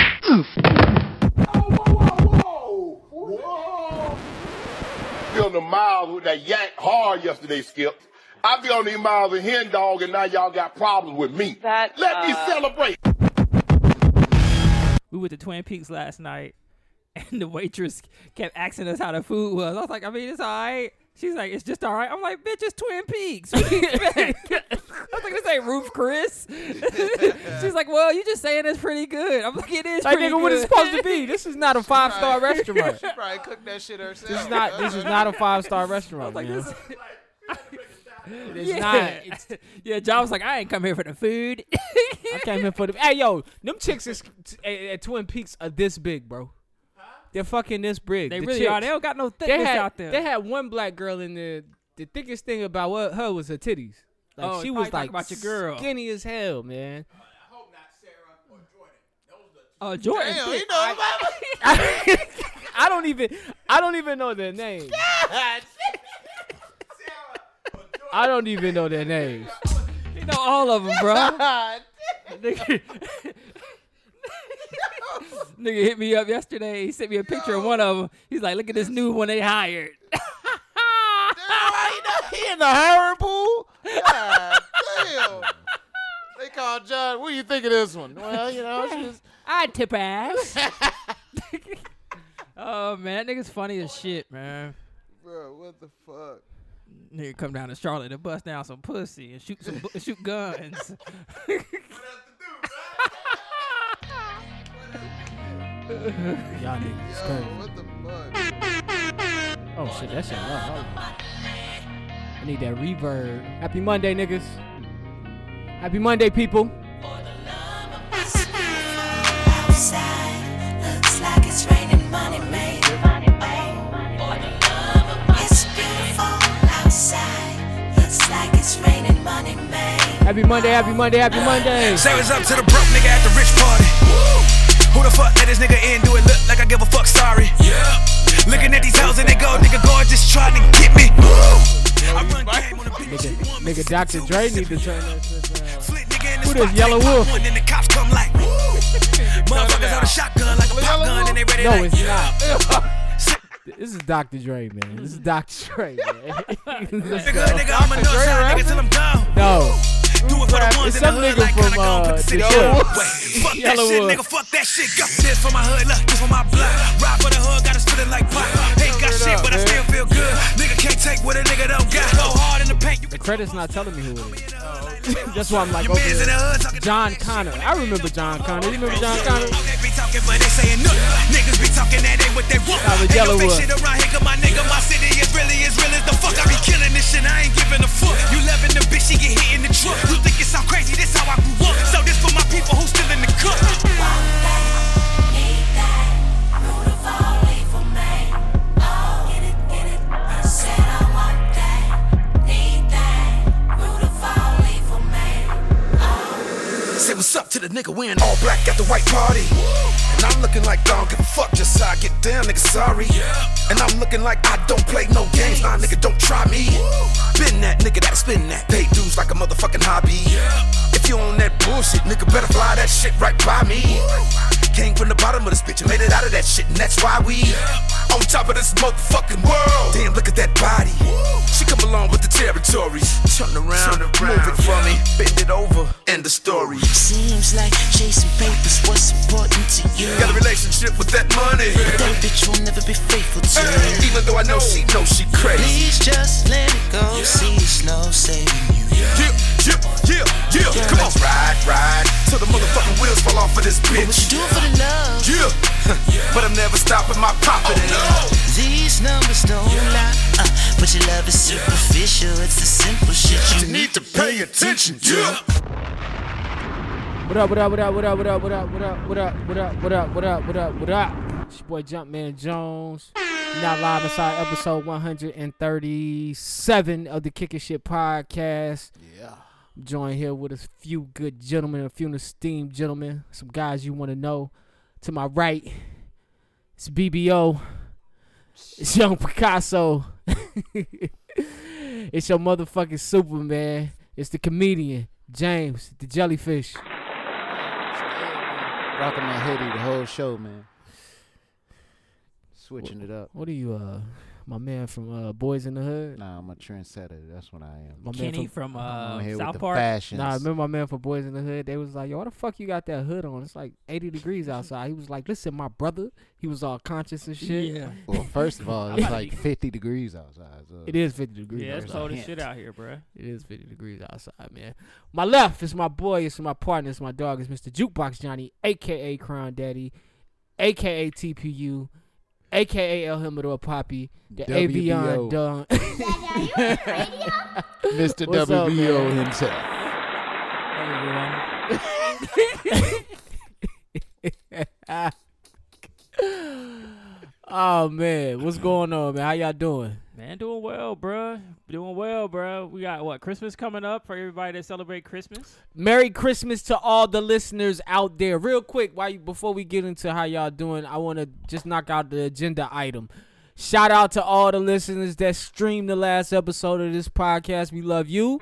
truth. Whoa, whoa, whoa. Feeling the miles with that yank hard yesterday, Skip. I be on these miles of hen dog, and now y'all got problems with me. That, Let me uh, celebrate. We went to Twin Peaks last night, and the waitress kept asking us how the food was. I was like, I mean, it's all right. She's like, it's just all right. I'm like, bitch, it's Twin Peaks. What do you expect? I was like, this ain't Roof Chris. She's like, well, you just saying it's pretty good. I'm like, it is Like, pretty nigga, what good. is supposed to be? This is not a five star restaurant. She probably cooked that shit herself. This is not. This is not a five star restaurant. like, man. this It's yeah. not. It's, yeah, John was like, I ain't come here for the food. I came in for the. Hey, yo, them chicks is, t- at, at Twin Peaks are this big, bro. They're fucking this big. they the really chicks. are. They don't got no thickness They had, out there. they had one black girl in there. The thickest thing about what her was her titties. Like Oh, she probably was talking like about your girl. skinny as hell, man. uh, Jordan. Damn, you thick. know about I don't even. I don't even know their names. I don't even know their names. You know all of them, bro. God. Nigga, nigga hit me up yesterday. He sent me a picture of one of them. He's like, look at this new one they hired. Damn, you know, he in the hiring pool? God damn. They called John. What do you think of this one? Well, you know, she's I tip ass. oh man, that nigga's funny as shit, man. bro. What the fuck? Nigga come down to Charlotte and bust down some pussy and shoot some bu- shoot guns. Y'all niggas is crazy. What the fuck? Oh shit, that shit loud. Hold on. I need that reverb. Happy Monday, niggas. Happy Monday, people. Outside looks like it's raining money made. It's beautiful outside. Looks like it's raining money made. Happy Monday, happy Monday, happy Monday. Say what's up to the broke nigga at the rich party. Who the fuck let this nigga in? Do it look like I give a fuck? Sorry. Yeah. Looking at these hoes and they go, nigga, gorgeous, trying to get me. I run game on a bitch. Nigga, you want me nigga, sip Dr. two, Dre sip need to it. turn that shit down. Flit nigga in the Who spot, this Yellow take pop Wolf? One, then the cops come like, woo. Motherfuckers hold a shotgun like a pop gun and they ready No, like, it's yeah. not. This is Dr. Dre, man. This is Dr. Dre, man. Let's Nigga, go. nigga, I'm a nutshot, nigga, till I'm gone. No. Do it for Rap. the ones It's in the some hood, nigga like from, kinda gone, uh, put the the city on Yellow- Wait, Fuck that shit, Yellowwood. nigga, fuck that shit. Go. This for my hood, look, this for my blood. Ride for the hood, gotta spit it like pop. Ain't got shit, but I still feel good. Nigga can't take what a nigga don't got. Go hard in the paint, you can Credit's not telling me who it is. That's why I'm like, Your man's in okay. the hood talking John shit. Connor. I remember John Connor. You remember John Connor? Oh, they be talking, but they saying nothing. Niggas be talking that ain't what they want. Out of Ain't no Yellowwood. fake shit around here, 'cause my nigga, my city is really as real as the fuck. I be killing this shit, I ain't giving a fuck. You loving the bitch, she get hit in the truck. You think it's all crazy, this how I grew up. So this for my people who still in the cup. Want that, need that, root of all evil, man. Oh, get it, get it. I said I want that, need that, root of all evil, man. Say what's up to the nigga, we in all black at the white party. And I'm looking like I don't give a fuck, just how I get down, nigga, sorry. And I'm looking like I don't play no games, nah, nigga, don't try me. Been that nigga that spin that, pay dues like a motherfucking hobby. If you on that bullshit, nigga, better fly that shit right by me. Came from the bottom of this bitch and made it out of that shit, and that's why we on top of this motherfucking world. Damn, look at that body. She come along with the territories. Turn around, move it for me, bend it over, end the story. Seems like chasing papers, what's important to you? Got a relationship with that money. That bitch will never be faithful to you. Even though I know she knows she crazy. Please just let it go. See, it's no saving you. Yeah, yeah, yeah, yeah. Come on, ride, ride till the motherfucking wheels fall off of this What bitch. you do for the love? Yeah, Oh, but I'm never stopping my confidence. These numbers don't lie. Uh, but your love is superficial. It's the simple shit you, You need to pay attention. Yeah. What up, what up, what up, what up, what up, what up, what up, what up, what up, what up, what up, what up, what up? It's your boy Jumpman Jones. You're Now live inside episode 137 of the Kick and Shit Podcast. Yeah. I'm joined here with a few good gentlemen, a few esteemed gentlemen, some guys you want to know. To my right, it's BBO. It's Young Picasso. it's your motherfucking Superman. It's the comedian, James, the jellyfish. rocking that hoodie the whole show, man. Switching it up. What are you, uh, my man from uh, Boys in the Hood? Nah, I'm a trendsetter. That's what I am. My man Kenny from, from I'm uh, here South with Park. the fashions. Nah, remember my man for Boys in the Hood? They was like, yo, why the fuck you got that hood on? It's like 80 degrees outside. He was like, listen, my brother. He was all conscious and shit. Yeah, Well, first of all, it's like 50 degrees outside. So It is 50 degrees. yeah, it's outside. cold as shit out here, bro. It is 50 degrees outside, man. My left is my boy. It's my partner. It's my dog. It's Mr. Jukebox Johnny, a.k.a. Crown Daddy, a.k.a. TPU, a.k.a. El Himador Poppy, the WBO. Avion Don. Mr. What's up, WBO man? himself. Hey, oh, man. What's going on, man? How y'all doing? Man, doing well, bro. Doing well, bro. We got what Christmas coming up for everybody that celebrate Christmas. Merry Christmas to all the listeners out there. Real quick, while you, before we get into how y'all doing, I want to just knock out the agenda item. Shout out to all the listeners that streamed the last episode of this podcast. We love you.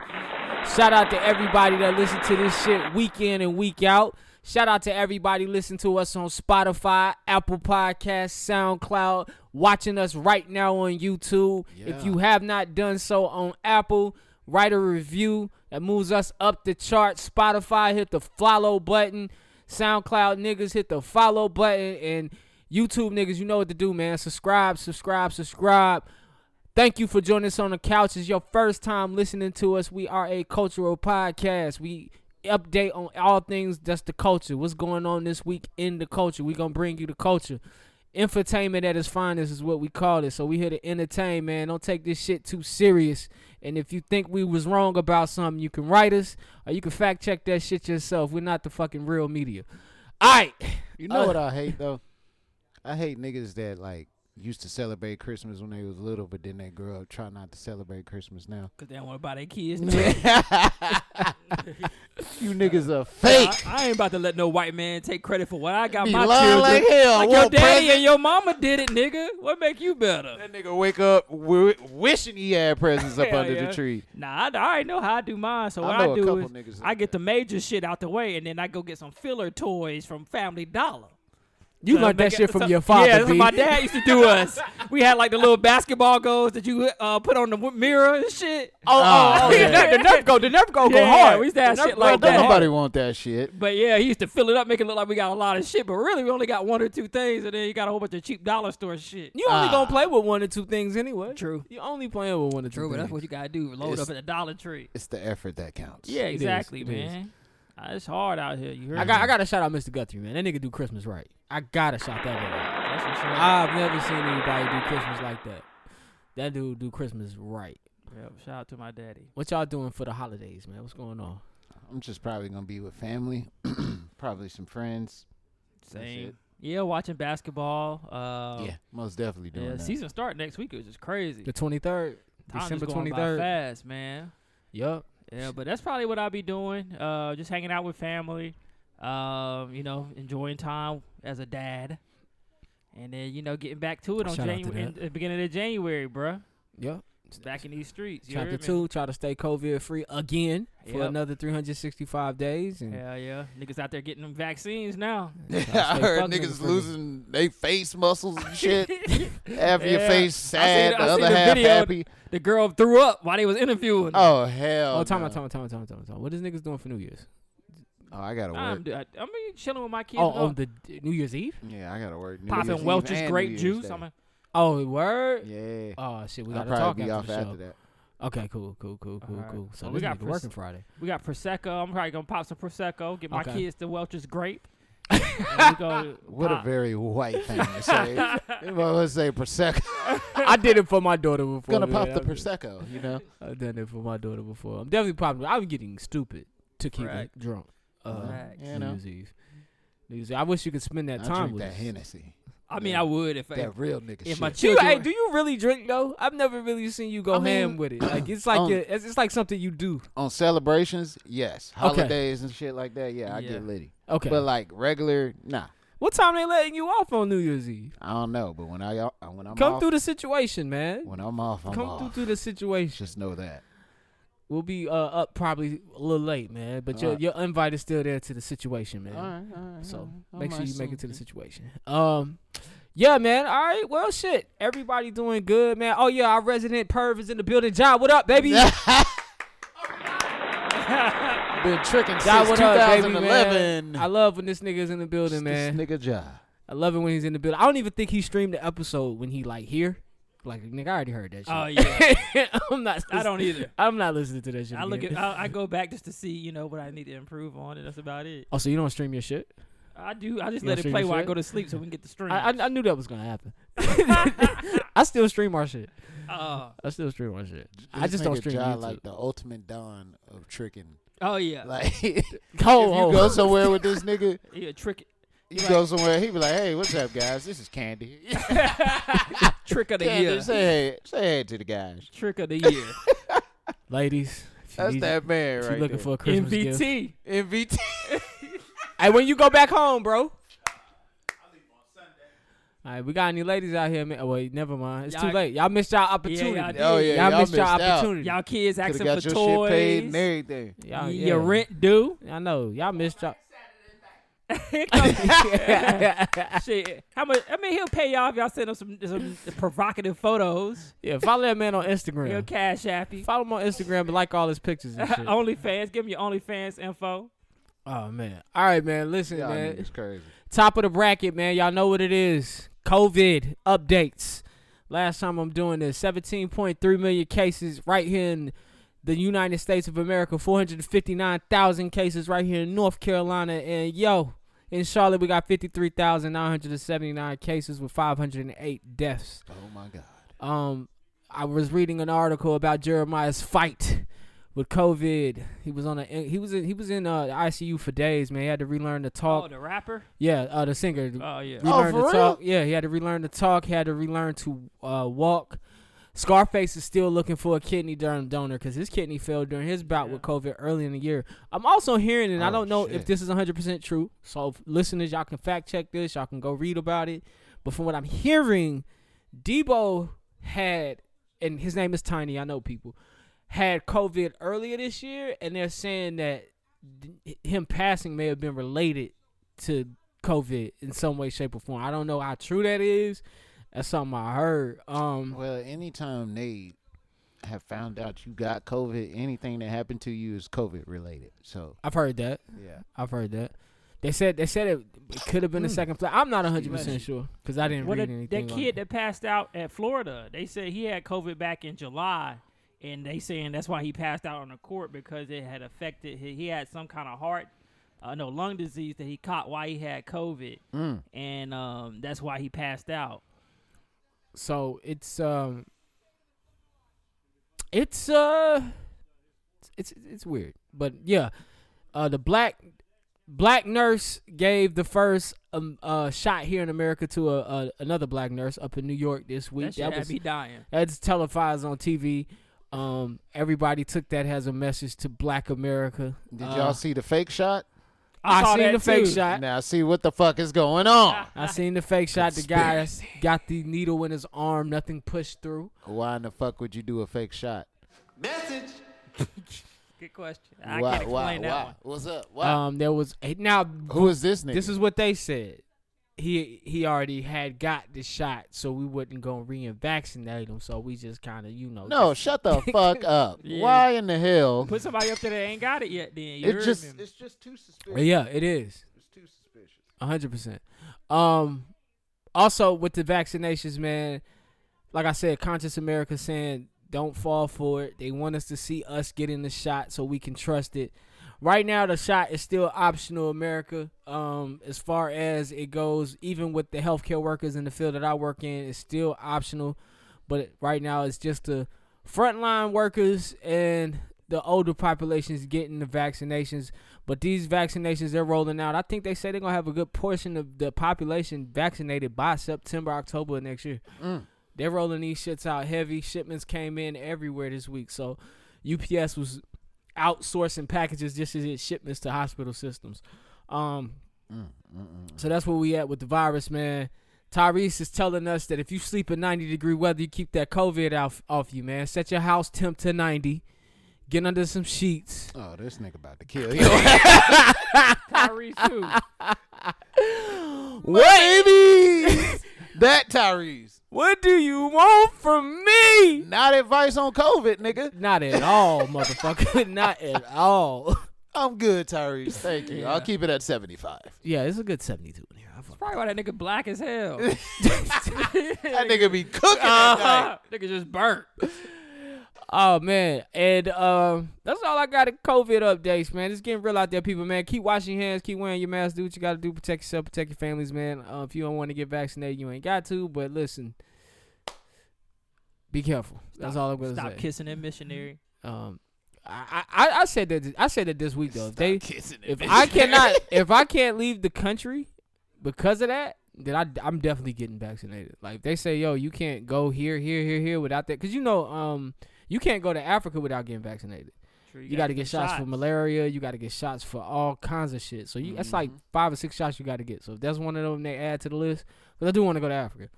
Shout out to everybody that listened to this shit week in and week out. Shout out to everybody listening to us on Spotify, Apple Podcasts, SoundCloud, watching us right now on YouTube. If you have not done so on Apple, write a review that moves us up the chart. Spotify, hit the follow button. SoundCloud niggas, hit the follow button. And YouTube niggas, you know what to do, man. Subscribe, subscribe, subscribe. Thank you for joining us on the couch. It's your first time listening to us. We are a cultural podcast. We update on all things that's the culture. What's going on this week in the culture? we gonna bring you the culture. Infotainment at its finest is what we call it. So we here to entertain, man. Don't take this shit too serious. And if you think we was wrong about something, you can write us or you can fact check that shit yourself. We're not the fucking real media. All right. Uh, You know what I hate though? I hate niggas that like used to celebrate Christmas when they was little, but then they grow up try not to celebrate Christmas now. Cause they don't want to buy their kids. you no- niggas are fake. I, I ain't about to let no white man take credit for what I got Be my lying children. like hell. Like your Want daddy present? and your mama did it, nigga. What make you better? That nigga wake up wi- wishing he had presents up Hell under yeah. the tree. Nah, I, I already know how I do mine. So I what know I, a do couple is niggas I like get that. the major shit out the way, and then I go get some filler toys from Family Dollar. You Uh, learned that make it- shit from so- your father. Yeah, that's what B. my dad used to do us. We had like the little basketball goals that you uh, put on the w- mirror and shit. Oh, oh, oh, yeah. the nerf, the nerf go, the nerf go, go Yeah, hard. we used to have The nerf shit go like Well, Bro, don't that. nobody want that shit. But yeah, he used to fill it up, make it look like we got a lot of shit, but really we only got one or two things, and then you got a whole bunch of cheap dollar store shit. You only gonna play with one or two things anyway. Ah. True. You only playing with one or two. True, but things. that's what you gotta do. Load It's- up at the Dollar Tree. It's the effort that counts. Yeah, it is, exactly, it is. man. Ah, it's hard out here. You heard I got. me? I gotta shout out Mr. Guthrie, man. That nigga do Christmas right. I gotta shout that out. That's what's up. I've never seen anybody do Christmas like that. That dude do Christmas right. Yep, shout out to my daddy. What y'all doing for the holidays, man? What's going on? I'm just probably gonna be with family, probably some friends. That's Same. it. Yeah, watching basketball. Uh, yeah, most definitely doing Yeah, that. season start next week, which is crazy. The twenty third, Time December just going twenty by third. Fast, man. Yup. Yeah, but that's probably what I'll be doing. Uh, just hanging out with family. Um, you know, enjoying time as a dad, and then you know getting back to it on Shout out to January, in that. the beginning of January, bruh. Yup. It's back in these streets. You Chapter heard me? two. Try to stay COVID free again for Yep. another three hundred sixty five days. And Yeah, yeah. Niggas out there getting them vaccines now. I stay heard fucked niggas niggas for me. losing they face muscles and shit. half your Yeah. face I seen- sad, I the seen other half video. happy. The girl threw up while they was interviewing. her. Oh hell! oh, time no. out, time out, time out, time out, time out. What is niggas doing for New Year's? Oh, I gotta I'm, work. I, I mean, chilling with my kids. Oh, you know, on the d- New Year's Eve. Yeah, I gotta work. New Year's popping Eve Welch's and New grape Year's juice. Day. I'm a, Oh, word. yeah, Oh shit, we I'll gotta talk probably be after off the show. after that. Okay, cool, cool, cool, cool, Alright. cool. So Well, we we got got pres- working Friday. we got prosecco. I'm probably gonna pop some prosecco. Get my Okay. kids the Welch's grape. And we go What a pop. very white thing to say. Let's say prosecco. I did it for my daughter before. Gonna pop man. the I've- prosecco, you know. I've done it for my daughter before. I'm definitely popping. I'm getting stupid to keep Right. drunk. Uh, Facts. You New know, Year's Eve. New Year's Eve. I wish you could spend that I time drink with that us. Hennessy, I mean, I would if if, that real nigga if shit. my Do you, children. hey, do you really drink though? I've never really seen you go I ham mean, with it. Like it's like um, your- it's, it's like something you do. On celebrations, yes. Holidays and shit like that, yeah, I Yeah. get litty. Okay. But like regular, nah. what time they letting you off on New Year's Eve? I don't know. But when I uh, when I'm Come off, through the situation, man. when I'm off, I'm Come off. through to the situation. Just know that. We'll be uh, up probably a little late, man. But your, Alright. your invite is still there to the situation, man. All right, all right. So all right. make sure Alright, you make it so- to the situation. Um, yeah, man. All right. Well, shit. Everybody doing good, man. Oh yeah, our resident perv is in the building. John, what up, baby? Been tricking John, since what up, baby, 2011. man? I love when this nigga's in the building, man. This nigga Ja. I love it when he's in the building. I don't even think he streamed the episode when he like here. Like nigga, I already heard that shit. Oh yeah, I'm not. I don't either. I'm not listening to that shit. I look at again. I, I go back just to see you know what I need to improve on, and that's about it. Oh, so you don't stream your shit? I do. I just You let don't it play stream while I shit? go to sleep so we can get the stream. I, I, I knew that was gonna happen. I still stream our shit. Uh, I still stream our shit. I This just don't nigga stream Ja YouTube. Uh, like the ultimate dawn of tricking. oh yeah, Like if you Ho, ho. go somewhere with this nigga, yeah. Trick, you go somewhere. He be like, "Hey, what's up, guys? This is Candy." trick of the Candy, year. say hey, say hey to the guys. Trick of the year. ladies. If you That's need- that man if you right looking there. for a Christmas gift. MVT. MVT. Hey, when you go back home, bro. All right, we got any ladies out here? Man? Oh, wait, never mind. It's too Y'all- late. Y'all missed y'all opportunity. y'all did. y'all, oh Yeah, yeah, y'all missed y'all missed out. opportunity. Y'all kids Could asking have for got your shit paid toys. and everything. Y'all- Y- yeah. Your rent due. I know. Y'all missed y'all. shit. How much? I mean, he'll pay y'all if y'all send him some, some provocative photos. Yeah, follow that man on He'll Instagram. cash app you. Follow him on Instagram and like all his pictures and shit. OnlyFans. Give him your OnlyFans info. Oh man. All right, man. Listen, Y'all man. niggas crazy. Top of the bracket, man. Y'all know what it is. COVID updates. Last time I'm doing this, 17.3 million cases right here in the United States of America, 459,000 cases right here in North Carolina, and yo, in Charlotte we got 53,979 cases with 508 deaths. Oh my god. Um, I was reading an article about Jeremiah's fight with COVID. He was on a he was in he was in uh, the ICU for days, man. He had to relearn to talk. Oh, the rapper. Yeah, uh, the singer. Oh yeah. Relearn for to talk. Yeah, he had to relearn to talk. He had to relearn to uh, walk. Scarface is still looking for a kidney don- donor because his kidney failed during his bout with COVID early in the year. I'm also hearing, and I Oh, don't know if shit. this is 100% true. So, if listeners, y'all can fact check this. Y'all can go read about it. But from what I'm hearing, Debo had, and his name is Tiny. I know people had COVID earlier this year, and they're saying that d- him passing may have been related to COVID in some way, shape, or form. I don't know how true that is. That's something I heard. Um, Well, anytime they have found out you got COVID, anything that happened to you is COVID related. So I've heard that. yeah, I've heard that. They said they said it, it could have been the second flight. I'm not 100 percent sure because I didn't What read a- anything. that on kid it. that passed out at Florida? They said he had COVID back in July, and they saying that's why he passed out on the court because it had affected. He, he had some kind of heart, uh, no lung disease that he caught while he had COVID, Mm. and um, that's why he passed out. So it's um, it's uh, it's it's weird, but yeah, uh, the black black nurse gave the first um uh shot here in America to a, a another black nurse up in New York this week. That shit had was- me dying. that's televised on TV. Um, everybody took that as a message to Black America. did Uh, Ah. y'all see the fake shot? I saw I seen that the fake too. shot. Now see what the fuck is going on. Ah. I seen the fake shot. The guy got the needle in his arm. Nothing pushed through. Why in the fuck would you do a fake shot? Good question. I why? can't why? explain that why? one. What's up? Why? Um, there was now. Who is this nigga? This is what they said. He he already had got the shot, so we wasn't gonna reinvaccinate him. So we just kind of you know. no. just- Shut the fuck up. Yeah. Why in the hell? Put somebody up there that ain't got it yet. Then you It heard just me. it's just too suspicious. But yeah, it is. It's too suspicious. hundred percent. Um, also with the vaccinations, man. Like I said, Conscious America saying don't fall for it. They want us to see us getting the shot so we can trust it. Right now, the shot is still optional, America. Um, as far as it goes, even with the healthcare workers in the field that I work in, it's still optional. But right now, it's just the frontline workers and the older populations getting the vaccinations. But these vaccinations they're rolling out. I think they say they're gonna have a good portion of the population vaccinated by September, October of next year. They're rolling these shits out heavy. Shipments came in everywhere this week. So UPS was outsourcing packages just as it shipments to hospital systems. Um, so that's where we at with the virus, man. Tyrese is telling us that if you sleep in 90 degree weather, you keep that COVID off off you, man. Set your house temp to 90. getting under some sheets. Oh, this nigga about to kill you. Tyrese too. What, that Tyrese. what do you want from me? Not advice on COVID, nigga. Not at all, motherfucker. Not at all. I'm good, Tyrese. Thank you. I'll keep it at 75. Yeah, it's a good 72 in here. I fuck- Probably why that nigga black as hell. That nigga be cooking at night. Uh-huh. nigga just burnt. Oh man, and um, that's all I got in COVID updates, man. It's getting real out there, people, man. Keep washing your hands, keep wearing your mask, do what you got to do, protect yourself, protect your families, man. Uh, if you don't want to get vaccinated, you ain't got to. But listen, be careful. That's all I'm gonna Stop say. kissing that missionary. Um, I, I I said that I said that this week though. If they if I cannot if I can't leave the country because of that, then I I'm definitely getting vaccinated. Like if they say yo, you can't go here here here here without that because you know um you can't go to Africa without getting vaccinated. Sure, You, got to get shots, for malaria. You got to get shots for all kinds of shit. So you, that's like five or six shots you got to get. So if that's one of them, they add to the list. But I do want to go to Africa.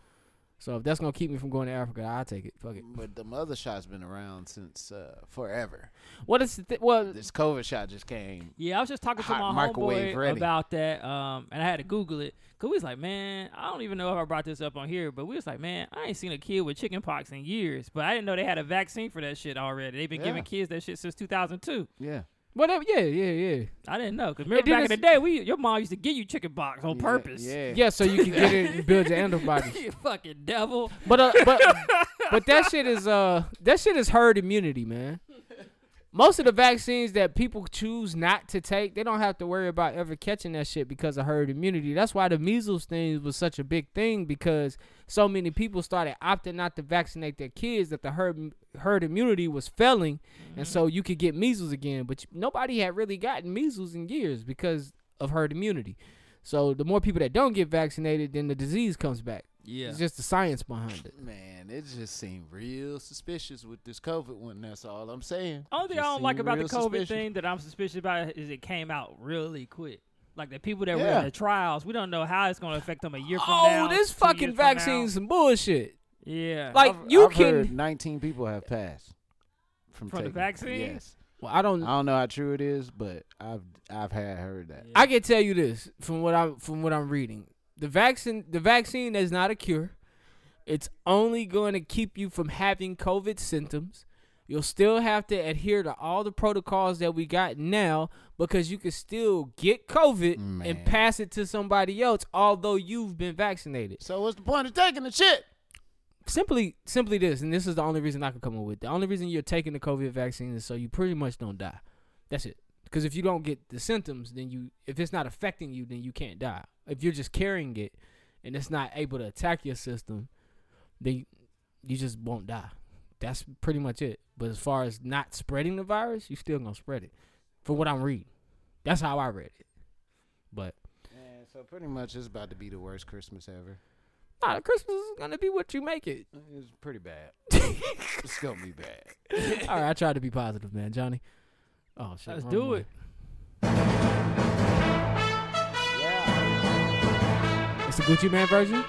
So if that's gonna keep me from going to Africa, I'll take it. Fuck it. But the mother shot's been around since uh, forever. What is the thi- well? This COVID shot just came. Yeah, I was just talking to Hot my microwave homeboy ready. about that, um, and I had to Google it. Cause we was like, man, I don't even know if I brought this up on here, but we was like, man, I ain't seen a kid with chicken pox in years, but I didn't know they had a vaccine for that shit already. They've been Yeah. giving kids that shit since 2002. Yeah. Whatever. Yeah, yeah, yeah. I didn't know, cause remember then back in the day, we your mom used to give you chicken pox on Yeah, purpose. Yeah. Yeah, so you can get it and build your antibodies. you fucking devil. But uh, but but that shit is uh that shit is herd immunity, man. Most of the vaccines that people choose not to take, they don't have to worry about ever catching that shit because of herd immunity. That's why the measles thing was such a big thing because so many people started opting not to vaccinate their kids that the herd herd immunity was failing, and so you could get measles again. But you- nobody had really gotten measles in years because of herd immunity. So the more people that don't get vaccinated, then the disease comes back. Yeah. It's just the science behind it. Man, it just seemed real suspicious with this COVID one. That's all I'm saying. Only thing I Just don't like seemed about the real COVID suspicious. thing that I'm suspicious about is it came out really quick. Like the people that were Yeah. in the trials, we don't know how it's going to affect them a year from now. Oh, this two fucking years from now. vaccine's some bullshit. Yeah. Like I've- you I've can. Heard 19 people have passed from, From the taking it. vaccine? Yes. Well, I I don't. don't know how true it is, but I've I've had heard that. Yeah. I can tell you this from what I'm from what I'm reading. The vaccine, the vaccine is not a cure. It's only going to keep you from having COVID symptoms. You'll still have to adhere to all the protocols that we got now because you can still get COVID Man. and pass it to somebody else, although you've been vaccinated. So what's the point of taking the shit? simply simply this, and this is the only reason I can come up with. The only reason you're taking the COVID vaccine is so you pretty much don't die. That's it. Because if you don't get the symptoms, then you if it's not affecting you, then you can't die. If you're just carrying it and it's not able to attack your system, then you just won't die. That's pretty much it. But as far as not spreading the virus, you still gonna spread it. For what I'm reading. That's how I read it. But Man, so pretty much it's about to be the worst Christmas ever. nah, Christmas is gonna be what you make it. It's pretty bad. it's gonna be bad. All right, I tried to be positive, man, Johnny. Oh shit. Let's wrong do one. it. It's the Gucci Man version.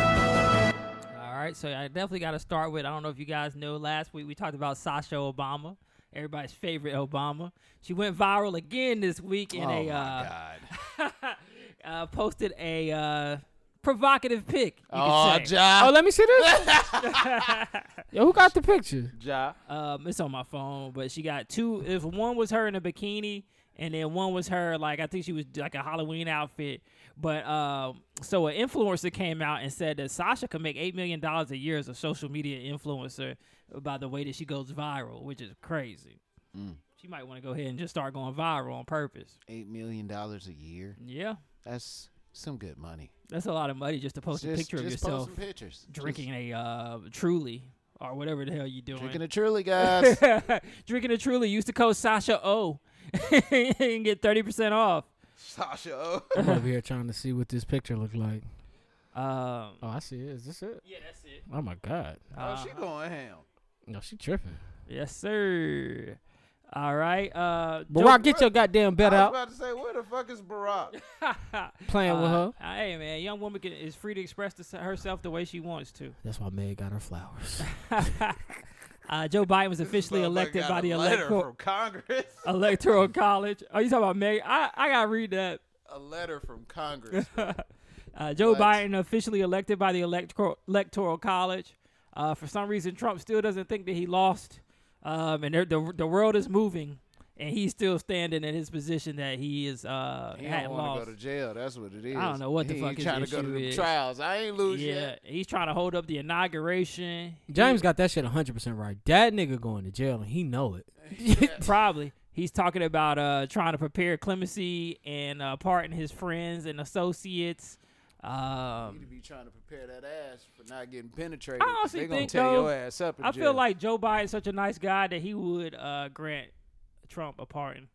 All right. So I definitely got to start with I don't know if you guys know, last week we talked about Sasha Obama, everybody's favorite Obama. She went viral again this week Oh in a. uh, God. uh, posted a uh, provocative pic. You Oh, could say. Ja. Oh, let me see this. Yo, who got the picture? Ja. um, it's on my phone, but she got two. If one was her in a bikini, and then one was her like I think she was like a Halloween outfit. But um, so an influencer came out and said that Sasha could make eight million dollars a year as a social media influencer by the way that she goes viral, which is crazy. Mm. She might want to go ahead and just start going viral on purpose. Eight million dollars a year. Yeah, That's some good money. that's a lot of money just to post a just picture of just yourself post some pictures. drinking a uh, Truly or whatever the hell you doing. Just drinking a truly, guys. drinking a Truly used to code Sasha O and get thirty percent off. Sasha. I'm over here trying to see what this picture look like. Um, Oh, I see it. Is this it? yeah, that's it. Oh my god. Oh, she going ham. No, she tripping. Yes, sir. All right. Uh, Barack, get your goddamn bet I was out. about to say, where the fuck is Barack? Playing with her. Uh, hey man, young woman can, is free to express this, herself the way she wants to. That's why Meg got her flowers. Uh, Joe Biden was officially Motherfucker elected got by a the letter electoral from Congress. electoral college. Oh, you talking about Meg? I I gotta read that. A letter from Congress. Uh, Joe What? Biden officially elected by the electoral electoral college. Uh, for some reason, Trump still doesn't think that he lost, um, and they're- the the world is moving, and he's still standing in his position that he is uh, He hadn't don't want lost. to go to jail. That's what it is. don't know what the he fuck ain't his trying to go to issue the is. trials. I ain't lose yeah, yet. he's trying to hold up the inauguration. James got that shit 100% right. That nigga going to jail and he know it. Probably. He's talking about uh, trying to prepare clemency and uh, pardon his friends and associates. You Um, to be trying to prepare that ass for not getting penetrated. I honestly they gonna think, tear though, your ass up. In I jail. feel like Joe Biden's such a nice guy that he would uh, grant Trump a pardon.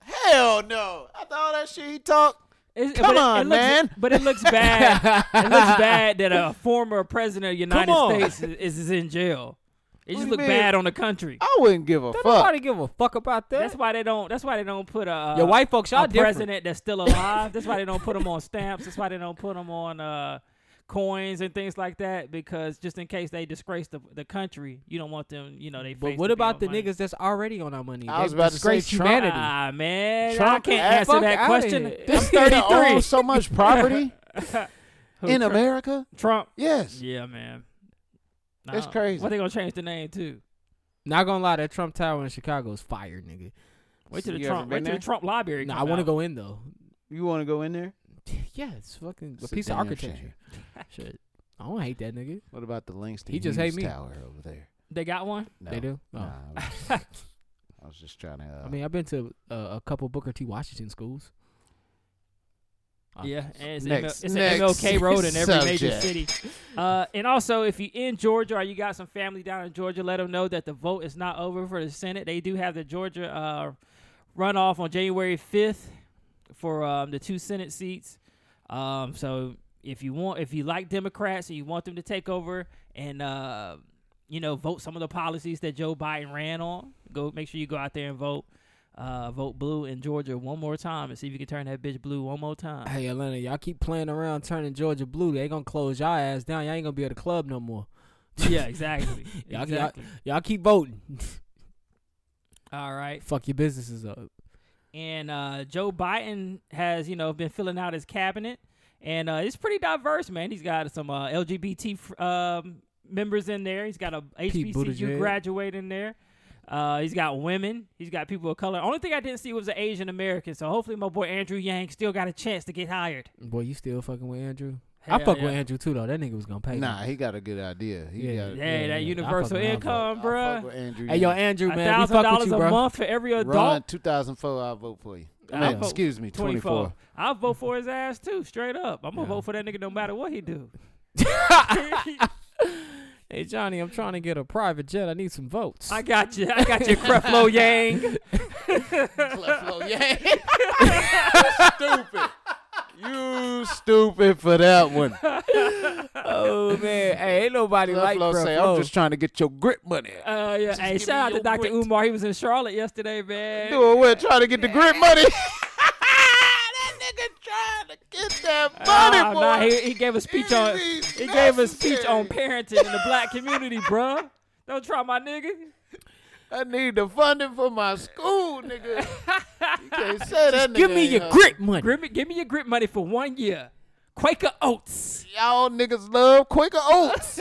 Hell no. After all that shit he talked, It's- Come but it- on, it looks, man. But it looks bad. it looks bad that a former president of the United on. States is, is in jail. It just you look mean? bad on the country. I wouldn't give a Don't fuck. nobody give a fuck about that. That's why they don't. That's why they don't put a Your uh, white folks, y'all a different. president that's still alive. That's why they don't put them on stamps. That's why they don't put them on uh, coins and things like that because just in case they disgrace the, the country, you don't want them. You know they. But face what to be about on the money. niggas that's already on our money? I They was about to say disgrace Trump- humanity. Ah man, I Trump can't ass- answer fuck that outta question. here. I'm This nigga 33. owns so much property Who, in Trump? America. Trump. Yes. Yeah, man. That's Nah, crazy. What they gonna change the name to? Not gonna lie, that Trump Tower in Chicago is fire, nigga. Wait till the You ever Trump. Wait been till there? the Trump library. Nah, come I want to out. go in though. You want to go in there? Yeah, it's fucking It's a a piece of damn architecture. Shit, I don't hate that nigga. What about the Langston He just hate Hughes me. Tower over there? They got one. No. They do? Oh. Nah, I, was just, I was just trying to. Uh, I mean, I've been to uh, a couple Booker T. Washington schools. Uh, Yeah, and it's, Next- ML, it's next an MLK road in every major subject. city. Uh, and also, if you in Georgia or you got some family down in Georgia, let them know that the vote is not over for the Senate. They do have the Georgia uh, runoff on January 5th for um, the two Senate seats. Um, so if you want, if you like Democrats and you want them to take over and uh, you know vote some of the policies that Joe Biden ran on, go make sure you go out there and vote. Uh, vote blue in Georgia one more time and see if you can turn that bitch blue one more time. hey Atlanta, y'all keep playing around turning Georgia blue. They gonna close y'all ass down. Y'all ain't gonna be at the club no more. Yeah, exactly. Y'all- exactly. Y'all keep voting. All right. Fuck your businesses up. And uh, Joe Biden has, you know, been filling out his cabinet, and uh, it's pretty diverse, man. He's got some uh, LGBT f- um, members in there. He's got a HBCU Buttigieg. graduate in there. Uh, he's got women. He's got people of color. Only thing I didn't see was an Asian American. So hopefully, my boy Andrew Yang still got a chance to get hired. Boy, you still fucking with Andrew? I Hell fuck yeah. with Andrew too though. That nigga was gonna pay. me. uh, nah, he got a good idea. He Yeah, got. yeah, Hey, yeah. that I universal fucking love income, I fuck bruh. with Andrew. Hey yo, Yang. Andrew, A man, we thousand fuck with dollars you, a bro. month for every adult. Ron, 2004. I'll vote for you. I'll Man, vote- excuse me, 24. I'll vote for his ass too, straight up. I'm gonna vote for that nigga no matter what he do. Hey Johnny, I'm trying to get a private jet. I need some votes. I got you. I got you, Creflo Yang. You stupid for that one. oh man, hey, ain't nobody like Buffalo Creflo. say, I'm just trying to get your grip money. Uh, yeah. Hey, shout out to Dr. Umar. He was in Charlotte yesterday, man. Doing what? Trying to get the grip money. Ah, nah, he, he gave a speech on he gave a speech on parenting in the black community, bruh. Don't try my nigga. I need the funding for my school, nigga. You can't say that. Give nigga uh, me ain't your hungry. grip money. Give me, give me your grip money for one year. Quaker Oats. Y'all niggas love Quaker Oats.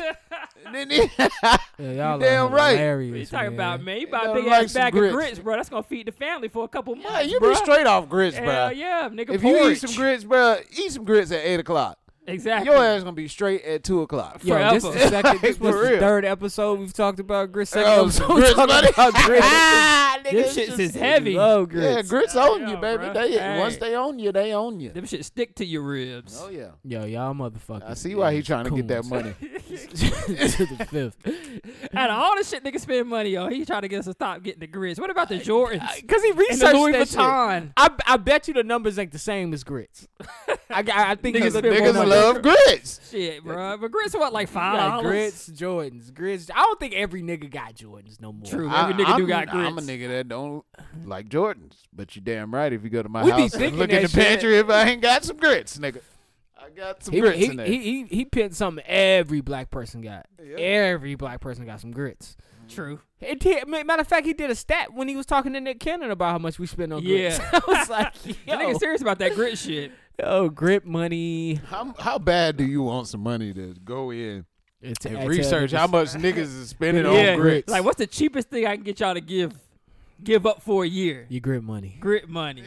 and then he, Yeah, y'all damn are right. What you hilarious, talking about, man? You buy a Nothing big like ass some bag grits. of grits, bro. That's gonna feed the family for a couple months. Nah, you bruh. be straight off grits, bro. Hell yeah, nigga. If you porridge. eat some grits, bro, eat some grits at eight o'clock. exactly. Your ass gonna be straight at two o'clock. Yo, this is forever. the second, this was For the real. third episode we've talked about grits. Second Oh, episode grits, talking buddy. about grits. Ah, Them shits is heavy. Love Yeah, grits. grits Hell on yeah, you, baby. bruh. They Hey. once they own you, they own you. Them shit stick to your ribs. Oh yeah. Yo, y'all motherfuckers. I see why he is trying to get that coons. money. to the fifth. Out of all the shit niggas spend money on, he trying to get us to stop getting the grits. What about the Jordans? Cause he and the researched Louis that shit. Vuitton. I I bet you the numbers ain't the same as grits. I, got- I think Niggas he's a spit big more one. money. love grits. Shit, bro. But grits what like five Yeah, dollars. grits, Jordans, grits. I don't think every nigga got Jordans no more. True. I, Every nigga do I'm- got grits. I'm a nigga that don't like Jordans, but you damn right if you go to my We be house and thinking look in the that shit. pantry if I ain't got some grits, nigga. I got some He, grits he, in there. he, he, he pinned something every black person got. Every black person got some grits. True. It did, ma- matter of fact, he did a stat when he was talking to Nick Cannon about how much we spend on grits. Yeah. I was like, That yo, nigga serious about that grit shit. yo, grit money. How, how bad do you want some money to go in It's and research how much niggas is spending Yeah. on grits? Like, what's the cheapest thing I can get y'all to give give up for a year? You grit money. Grit money.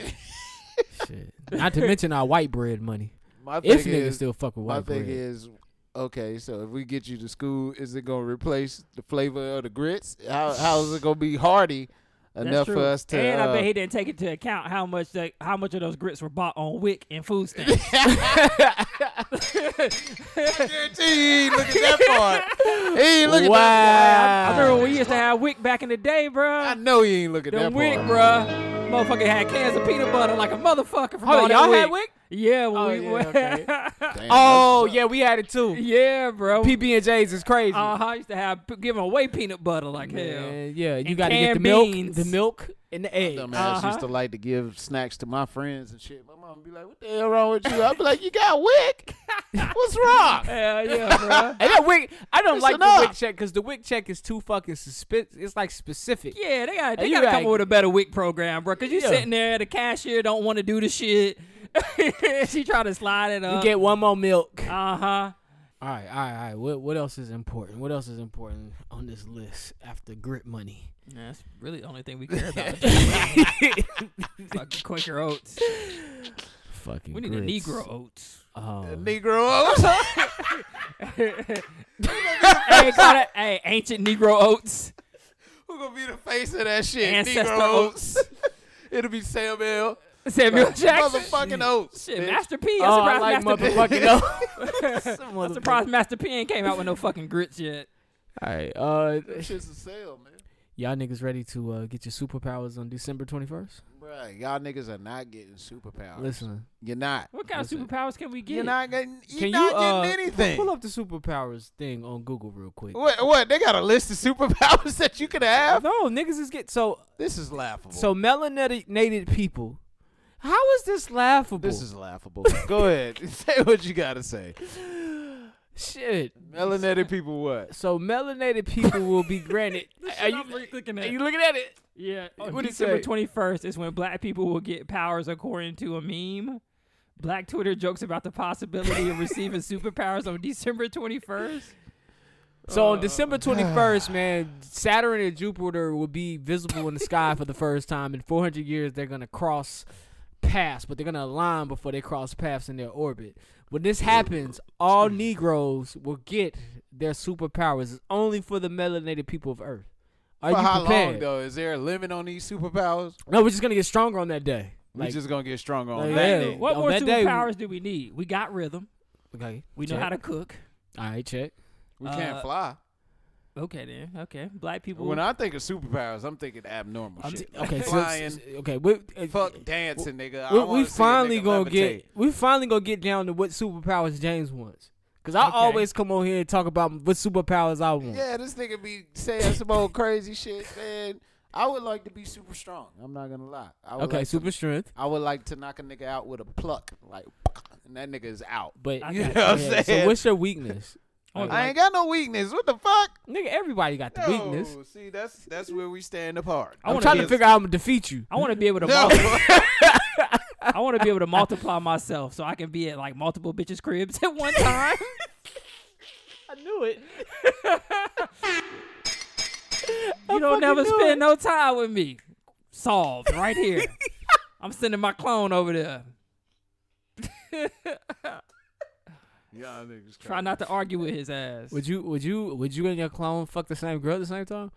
Shit. Not to mention our white bread money. my If niggas still fuck with my white thing bread. is, okay, so if we get you to school, is it gonna replace the flavor of the grits? How how is it gonna be hearty That's enough for true. us to? And I bet uh, he didn't take into account how much that how much of those grits were bought on Wick and food stamps. guarantee uh, he ain't look at that part. He ain't look at that I remember when we used to have Wick back in the day, bro. part. I know he ain't look at The that Wick, part. bruh. Motherfucker had cans of peanut butter like a motherfucker from Hold all on, that Oh, y'all wick. had Wick? Yeah, when Oh, we yeah, went. Damn, Oh, yeah, we had it too. yeah, bro. PB and J's is crazy. Uh, I used to have p- giving away peanut butter like hell. Man, yeah, you And got to get the canned milk, beans. the milk, and the egg. Dumbass Uh-huh. used to like to give snacks to my friends and shit. My mom be like, "What the hell wrong with you?" I'd be like, "You got wick? What's wrong?" Hell yeah, bro. Uh, And that wick, I don't It's like enough. the wick check because the wick check is too fucking suspic. It's like specific. Yeah, they got they you got to come right. up with a better week program, bro. Cause you Yeah. sitting there, the cashier don't want to do the shit. she trying to slide it You up. get one more milk. uh huh. all right, all right, all right. What what else is important? What else is important on this list after grit money? That's really the only thing we care about. Fucking Quaker Oats. Fucking. We need a grits. Negro Oats. Um, Negro oats. hey, call that, hey, ancient Negro Oats. Who gonna be the face of that shit? Ancestor Negro oats. It'll be Sam L. Samuel Jackson. Motherfucking oats. Shit, bitch. Master P. I'm oh, I surprised, like Master P. motherfucking. no. I'm surprised Master P ain't came out with no fucking grits yet. All right, uh, That shit's a sale, man. y'all niggas ready to uh, get your superpowers on December twenty first? Bruh, y'all niggas are not getting superpowers. Listen, You're not. What kind Listen. of superpowers can we get? You're not getting. You're can not you uh, getting anything. Pull up the superpowers thing on Google real quick. What? What? They got a list of superpowers that you could have. No, niggas is get so This is laughable. so melanated people. How is this laughable? this is laughable. Go ahead, say what you gotta say. shit. Melanated people, what? So melanated people will be granted. are you, looking are you looking at it? Yeah, on What'd he December say? twenty first is when black people will get powers according to a meme. Black Twitter jokes about the possibility of receiving superpowers on December twenty first. So Uh, on December 21st, man, Saturn and Jupiter will be visible in the sky for the first time in 400 years. They're gonna cross paths, but they're gonna align before they cross paths in their orbit. When this happens, all Negroes will get their superpowers. It's only for the melanated people of Earth. Are For you how prepared? long though? Is there a limit on these superpowers? No, we're just gonna get stronger on that day. we Like, just gonna get stronger on like, that. yeah. day. What On more that day, we- superpowers do we need? We got rhythm. okay, We know check. how to cook. All right, check. We can't Uh, fly. Okay then. Okay. Black people. When I think of superpowers, I'm thinking abnormal I'm shit. t- okay, so- flying, so, okay. We, uh, fuck dancing, nigga. I we, wanna we see a finally nigga gonna levitate. get we finally gonna get down to what superpowers James wants. Cause I Okay. always come on here and talk about what superpowers I Mm. want. Yeah, this nigga be saying some old crazy shit, man. I would like to be super strong. I'm not gonna lie. I would okay, like super To, strength. I would like to knock a nigga out with a pluck, like, and that nigga is out. But I You know got what I'm yeah, so saying? what's your weakness? on I black- ain't got no weakness. What the fuck? Nigga, everybody got the weakness. No, see, that's that's where we stand apart. I I'm wanna trying be to a- figure out how I'm gonna defeat you. I want to be able to. No. multi- I want to be able to multiply myself so I can be at like multiple bitches' cribs at one time. I knew it. you don't never knew spend no time with me. Solved right here. I'm sending my clone over there. Y'all niggas Try not to argue with his ass. Would you would you would you and your clone fuck the same girl at the same time?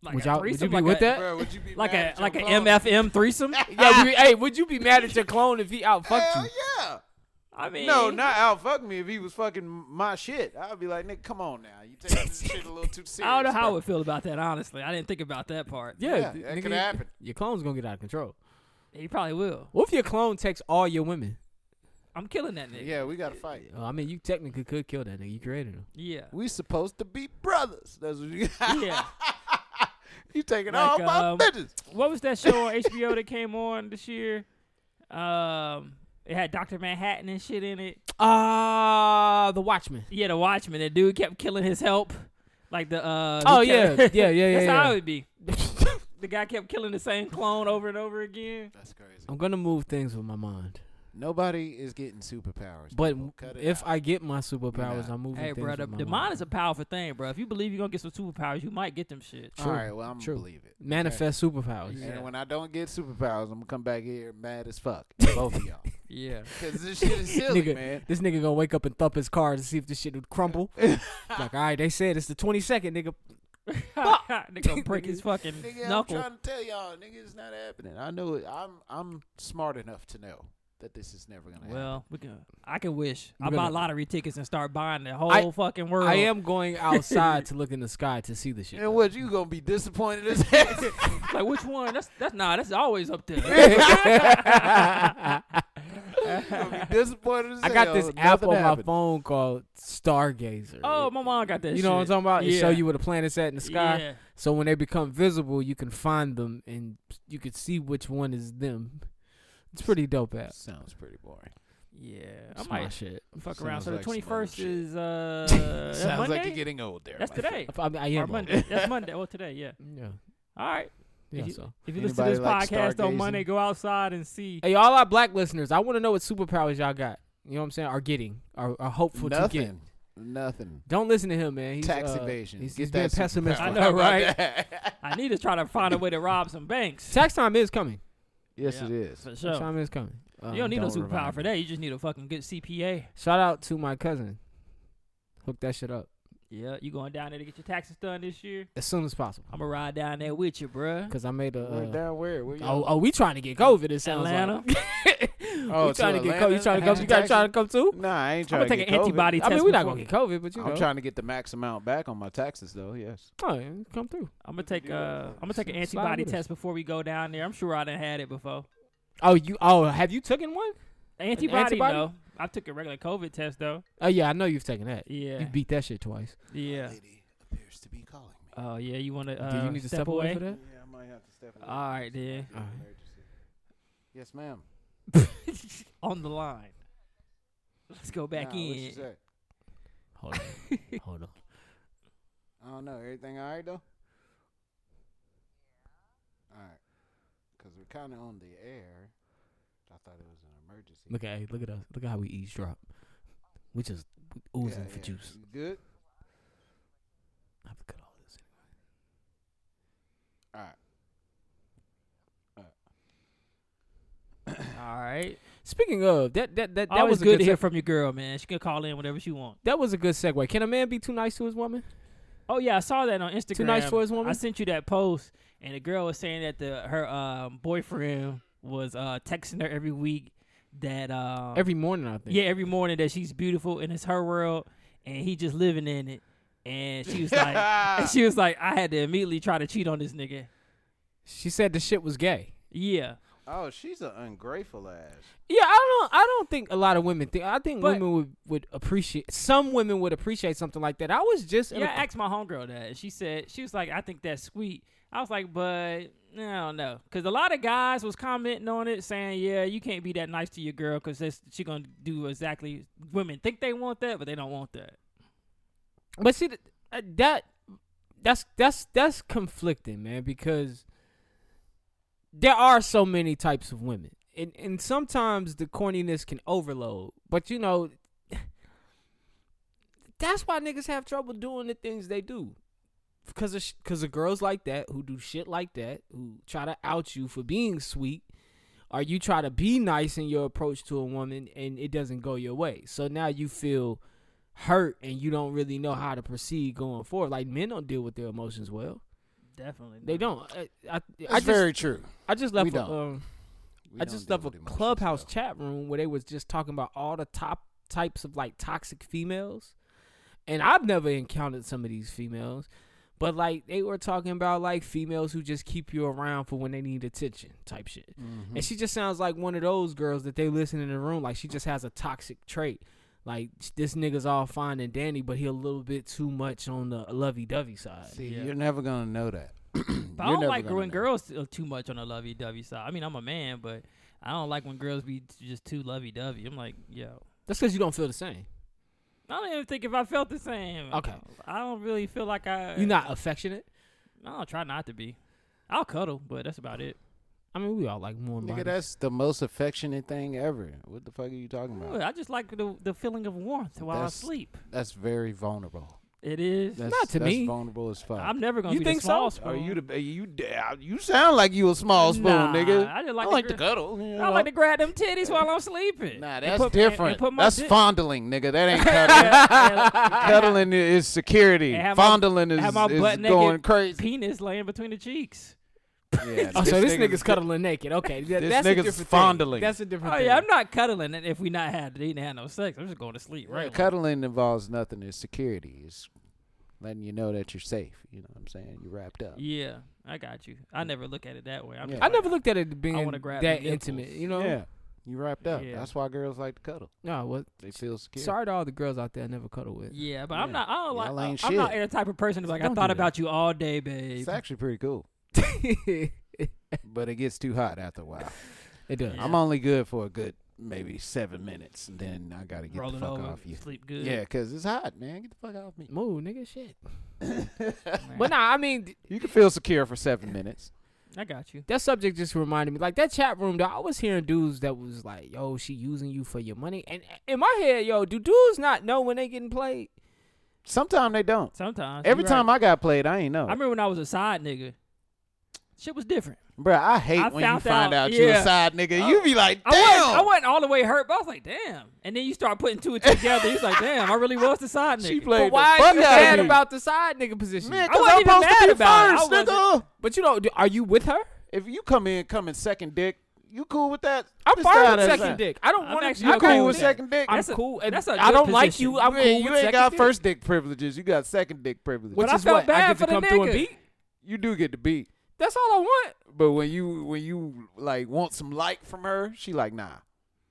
like would a y'all- would threesome, you be like with a, that? Bro, would you be Like mad a at like a your clone? MFM threesome? Yeah, would you- hey, would you be mad at your clone if he out fucked you? Hell yeah. I mean, No, not out fuck me if he was fucking my shit. I'd be like, nigga, come on now. You taking this shit a little too serious. I don't know how I bro. would feel about that. Honestly, I didn't think about that part. Yeah, that could happen. Your clone's gonna get out of control. He probably will. What if your clone takes all your women? I'm killing that nigga. Yeah, we got to fight. Oh, I mean, you technically could kill that nigga. You created him. Yeah. We supposed to be brothers. That's what you. Yeah. you taking all Like, my um, bitches. What was that show on HBO that came on this year? Um, it had Doctor Manhattan and shit in it. Ah, the Watchman. Yeah, Uh, The Watchmen. That dude kept killing his help. Like the uh. Oh, he kept- yeah. Yeah, yeah, yeah, That's how yeah. it would be. the guy kept killing the same clone over and over again. That's crazy. I'm gonna move things with my mind, Nobody is getting superpowers. but people. Cut it if out. I get my superpowers, I'm moving Hey, things bro, the, with my the mind. mind is a powerful thing, bro. If you believe you're gonna get some superpowers, you might get them shit. all right, well I'm true. gonna believe it. manifest superpowers. And when I don't get superpowers, I'm gonna come back here mad as fuck, both of y'all. Yeah. Because this shit is silly, nigga, man. This nigga gonna wake up and thump his car to see if this shit would crumble. like, all right, they said it's the 22nd, nigga. They're gonna break his fucking Nigga, I'm knuckle. trying to tell y'all, nigga, it's not happening. I know it. I'm I'm smart enough to know that this is never gonna Well, we can. I can wish. We're I buy gonna- lottery tickets and start buying the whole I- fucking world. I am going outside to look in the sky to see the shit. happen. And what you gonna be disappointed as hell? like, which one? That's that's nah. That's always up there. gonna be disappointed as I got hell, this app nothing on my happened. phone called Stargazer. oh, my mom got that. you know what I'm shit. talking about? It show Yeah. you where the planets at in the sky. Yeah. So when they become visible, you can find them and you can see which one is them. It's pretty dope app. Sounds pretty boring. Yeah. I That's my might shit. fuck around. Sounds So like the some old 21st shit. is uh Sounds Monday. like you're getting old there. that's my today. I, I, I Or am. on Monday. it. That's Monday. Well, today. Yeah. Yeah. All right. Yeah, you- so. If you listen to Anybody this like podcast on stargazing? Monday, go outside and see. Hey, all our black listeners, I want to know what superpowers y'all got. You know what I'm saying? Are getting, are, are hopeful friend. to get. Nothing. Nothing. Don't listen to him, man. He's, Tax uh, evasion. He's, Get he's being that pessimistic. I superpower. know, right? I need to try to find a way to rob some banks. Tax time is coming. Yes, Yeah, it is. Oh, For Tax sure. time is coming. Um, You don't need no don't superpower remind for me. that. You just need a fucking good CPA. Shout out to my cousin. Hook that shit up Yeah, you going down there to get your taxes done this year? as soon as possible. I'm gonna ride down there with you, bruh. Cause I made a. We're Uh, down where? Where oh, y'all? oh, we trying to get COVID. It sounds Atlanta. like. Oh, we to trying to get Atlanta? COVID. You trying to come? Tax You guys trying to come too? Nah, I ain't trying I'm gonna to take get an COVID. antibody I test. mean, we're not before- gonna get COVID, but you know. I'm trying to get the max amount back on my taxes, though. Yes. Oh, yeah, come through. I'm gonna take uh, I'm gonna take an Slide antibody with us. test before we go down there. I'm sure I done had it before. Oh, you. Oh, have you taken one? Antibody, antibody? no. I took a regular COVID test though. Oh yeah, I know you've taken that. Yeah. You beat that shit twice. Yeah. Lady appears to be calling me. Oh yeah. You wanna? Uh, Do you need to step, away for that? Yeah, I might have to step All right, then. Yes, ma'am. On the line. Let's go back Nah, what you in. say? Hold on. Hold on. I don't know. Everything all right though? All right. Because we're kind of on the air. I thought it was an emergency. Look at hey, look at us. Look at how we eavesdrop. We just Yeah, oozing for yeah. juice. You Good. I have to cut all this. anyway. All right. All right. Speaking of that, that that that Always was a good, to seg- hear from your girl, man. She can call in whenever she want. That was a good segue. Can a man be too nice to his woman? Oh yeah, I saw that on Instagram. nice for his woman? I sent you that post, and the girl was saying that the her um, boyfriend was uh, texting her every week that um, Every morning, I think. yeah every morning that she's beautiful and it's her world, and he just living in it. And she was like, and she was like, I had to immediately try to cheat on this nigga. She said the shit was gay. Yeah, Oh, she's an ungrateful ass. Yeah, I don't. I don't think a lot of women think. I think But- women would would appreciate. Some women would appreciate something like that. I was just in yeah. I a, asked my homegirl that, and she said she was like, I think that's sweet. I was like, but I don't know, because a lot of guys was commenting on it, saying, yeah, you can't be that nice to your girl, because she gonna do exactly women think they want that, but they don't want that. But see th- uh, that that's that's that's conflicting, man, because there are so many types of women. And and sometimes the corniness can overload. But you know that's why niggas have trouble doing the things they do. Cuz of sh- cuz of girls like that who do shit like that, who try to out you for being sweet or you try to be nice in your approach to a woman and it doesn't go your way. So now you feel hurt and you don't really know how to proceed going forward. Like men don't deal with their emotions well. Definitely, They don't. I I, That's I just very true. I just left we a, don't. um We I don't just deal left a with emotions, clubhouse though. chat room where they was just talking about all the top types of like toxic females, and I've never encountered some of these females, But like they were talking about like females who just keep you around for when they need attention type shit. Mm-hmm. And she just sounds like one of those girls that they listen in the room like she just has a toxic trait. Like this nigga's all fine and dandy, but he a little bit too much on the lovey dovey side. See, you're never gonna know that. But I don't like when girls t- too much on the lovey dovey side. I mean, I'm a man, but I don't like when girls be t- just too lovey dovey. I'm like, yo. That's because you don't feel the same. I don't even think if I felt the same. Okay. I don't really feel like I. You're not affectionate. I don't try not to be. I'll cuddle, but that's about it. I mean, we all like more. Nigga, that's the most affectionate thing ever. What the fuck are you talking about? I just like the the feeling of warmth while That's- I sleep. That's very vulnerable. It is. That's, Not to that's me. vulnerable as fuck. I'm never gonna You be think the small so? spoon. Are Oh, you the you? da- You sound like you a small spoon, Nah, nigga. I just I like to like gr- to cuddle. you I like to know? grab them titties while I'm sleeping. Nah, And that's put- and- and different. put my that's dick- fondling, nigga. That ain't cuddling. cuddling i- is security. and have my- Fondling have is, my is butt going naked crazy. Penis laying between the cheeks. Yeah, Oh, so this nigga's cuddling naked. Okay, that- This that's a nigga's different thing. fondling. That's a different. Oh thing. yeah, I'm not cuddling it if we not had didn't have no sex. I'm just going to sleep, Right, right? cuddling involves nothing. It's security. It's letting you know that you're safe. You know what I'm saying? You're wrapped up. Yeah, I got you. I never look at it that way. I'm Yeah. just I like, never looked at it being wanna grab that the nipples. intimate. You know? Yeah, you wrapped up. Yeah. That's why girls like to cuddle. No, well, They feel secure. sorry to all the girls out there I never cuddle with. Yeah, but Yeah. I'm not. I don't like. Y'all ain't I'm not shit. the type of person that's like Don't I do thought that. about you all day, babe. It's actually pretty cool, it but it gets too hot after a while. does. Yeah. I'm only good for a good maybe seven minutes, and then I gotta get the Rolling fuck over, off you. sleep good. Yeah, cause it's hot, man. Get the fuck off me. Move, nigga, shit. but nah, I mean, th- You can feel secure for seven minutes. I got you. that subject just reminded me. Like that chat room, though, I was hearing dudes that was like, "Yo, she using you for your money," and in my head, yo, do dudes not know when they getting played? Sometimes they don't. Sometimes Every you right. time I got played, I ain't know. I remember when I was a side nigga, shit was different. Bruh, I hate I when you found find out- out, you yeah. a side nigga. you be like, I wasn't, I damn. wasn't all the way hurt, but I was like, damn. And then you start putting two and two together. He's like, damn, I really was the side nigga. She But played why the are fuck you out mad of me. about the side nigga position? Man, I cause wasn't I'm even supposed to mad be about it. I first, nigga. wasn't- But you don't. do- Are you with her? If you come in, coming second dick, you cool with that? I'm This fine side with of the second side. dick. I don't I'm want actually You I'm okay cool with with that. second dick? I'm That's a- cool, and that's a I good don't like position. you. I'm Man, cool you with ain't second got dick. first dick privileges. You got second dick privileges. Which I is felt what? bad I get for to the come through nigga. and beat. you do get to beat, That's all I want. but when you when you like want some light from her, she like, nah,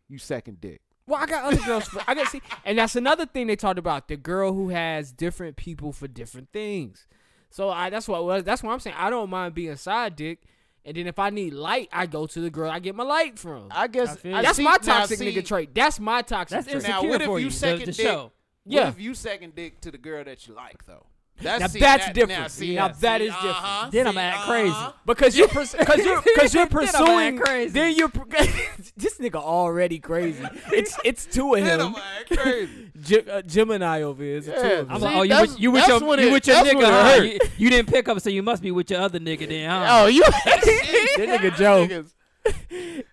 you second dick. Well, I got other girls. For, I got see, and that's another thing they talked about: the girl who has different people for different things. So I that's what well, that's what I'm saying. I don't mind being side dick, and then if I need light, I go to the girl I get my light from. I guess feel I you. that's see- my now toxic see- nigga trait. That's my toxic That's trait. insecure Now, what if for you the- second the, dick? show. Yeah. What if you second dick to the girl that you like though? That's Now see, that's that- different. Now, see, Now that- that see, is different. uh-huh, Then I'm see, act uh-huh. crazy. because you're because you're because you're Then I'm mad pursuing crazy. then you're pr- this nigga already crazy. It's it's two of Then him. I'm act crazy. Ge- uh, Gemini over here. It's a two Yeah. of I'm him. like, See, oh, you that's- with, you with that's your, what you it- with your that's nigga, what it huh? hurt. You, you didn't pick up, so you must be with your other nigga then, huh? Oh, you. That nigga Joe. Niggas.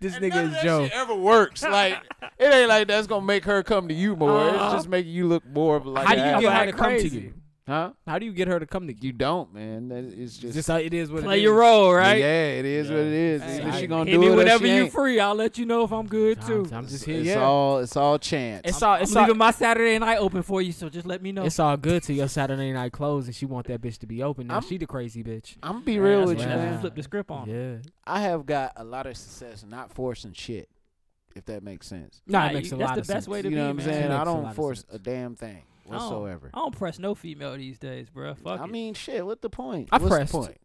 This None of nigga is that Joe. shit ever works. Like it ain't like that's gonna make her come to you more. Uh-huh. it's just making you look more of like How do you an get ass. her to come to crazy. you? Huh? How do you get her to come to you? You don't, man. That is just, Just how it is what Play it your is. role, right? yeah. It is what it is. Either Hey, she gonna hit do me it or whenever she you ain't. free. I'll let you know if I'm good too. I'm, I'm just here. It's yeah. all. It's all chance. it's all. I'm It's all. leaving my Saturday night open for you, so just let me know. It's all good to your Saturday night clothes, and she want that bitch to be open. Now I'm- she the crazy bitch. I'm gonna be real That's with what you, happens. man. Flip the script on. 'em. Yeah. I have got a lot of success not forcing shit, if that makes sense. Nah, Nah, it makes you- a that's lot the of best sense. way to You know be, what I'm man. saying? It I makes a lot don't of force sense. a damn thing I don't- whatsoever. I don't press no female these days, bruh. Fuck I it. mean, shit. What the point? I What's pressed. the point?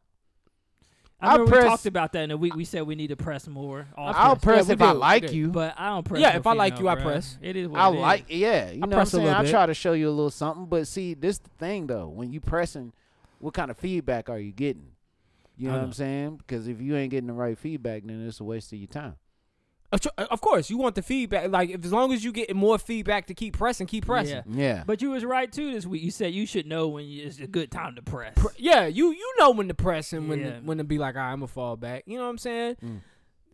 I remember I we press- talked about that in the week. We said we need to press more. often, I'll press we if I do, we like do. you. but I don't press. Yeah, no if I like female, you, I bruh. press. It is what I it is. like, yeah, you I know what I'm press a saying. little I bit. try to show you a little something, but see, this the thing though. When you pressing, what kind of feedback are you getting? You know, I what know. I'm saying? Because if you ain't getting the right feedback, then it's a waste of your time. Of tr- Of course, you want the feedback. Like, if, as long as you get more feedback to keep pressing, keep pressing. Yeah. Yeah, But you was right too this week. You said you should know when you, it's a good time to press. Pr- yeah, you you know when to press and when Yeah. to, when to be like, "All right, I'm gonna fall back. You know what I'm saying?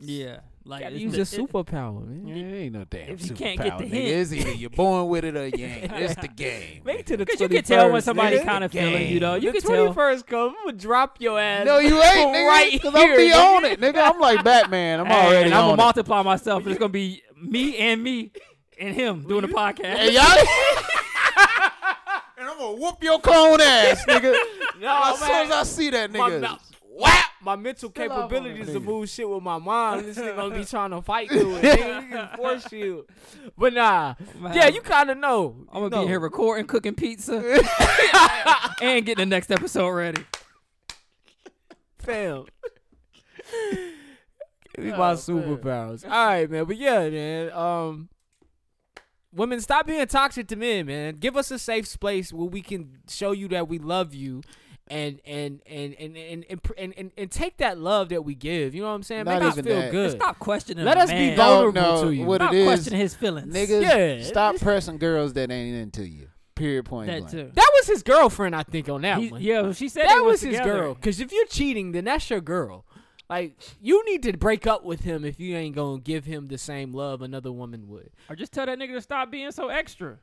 yeah, like Gotta it's use the- your it- superpower, man. yeah, ain't no damn If you can't get superpower, the nigga. hint. It's either you're born with it or you ain't. It's the game. Make it to the Cause you can tell when 21st, somebody nigga. kind of feeling you game. though. You the can tell. first come, I'm gonna drop your ass. No, you ain't, nigga. Right Cause I'm be here, on it, nigga. I'm like Batman. I'm already and I'm on gonna it. multiply myself. It's gonna be me and me and him doing the podcast. Hey, y'all. and I'm gonna whoop your cone ass, nigga. No, As soon as I see that my, nigga, mouth- whap, my mental Still off on capabilities that to nigga. move shit with my mind. This nigga gonna be trying to fight through it. Nigga, you can force you. But nah, yeah, you kind of know. I'm gonna You know. be here recording, cooking pizza, and getting the next episode ready. Fam. Give me my superpowers. All right, man. But yeah, man. Um, women, stop being toxic to men, man. Give us a safe space where we can show you that we love you. And and and and and and, and, and, and take that love that we give. You know what I'm saying? Not Make us even feel that. good. Stop questioning. Let a us be man. No, vulnerable no, to you. what Stop it is, questioning his feelings. niggas, Yeah. stop pressing girls that ain't into you. Period. Point that blank. too. That was his girlfriend, I think, on that He- one. yeah, well, she said that they was was his girl. Because if you're cheating, then that's your girl. Like you need to break up with him if you ain't gonna give him the same love another woman would. Or just tell that nigga to stop being so extra.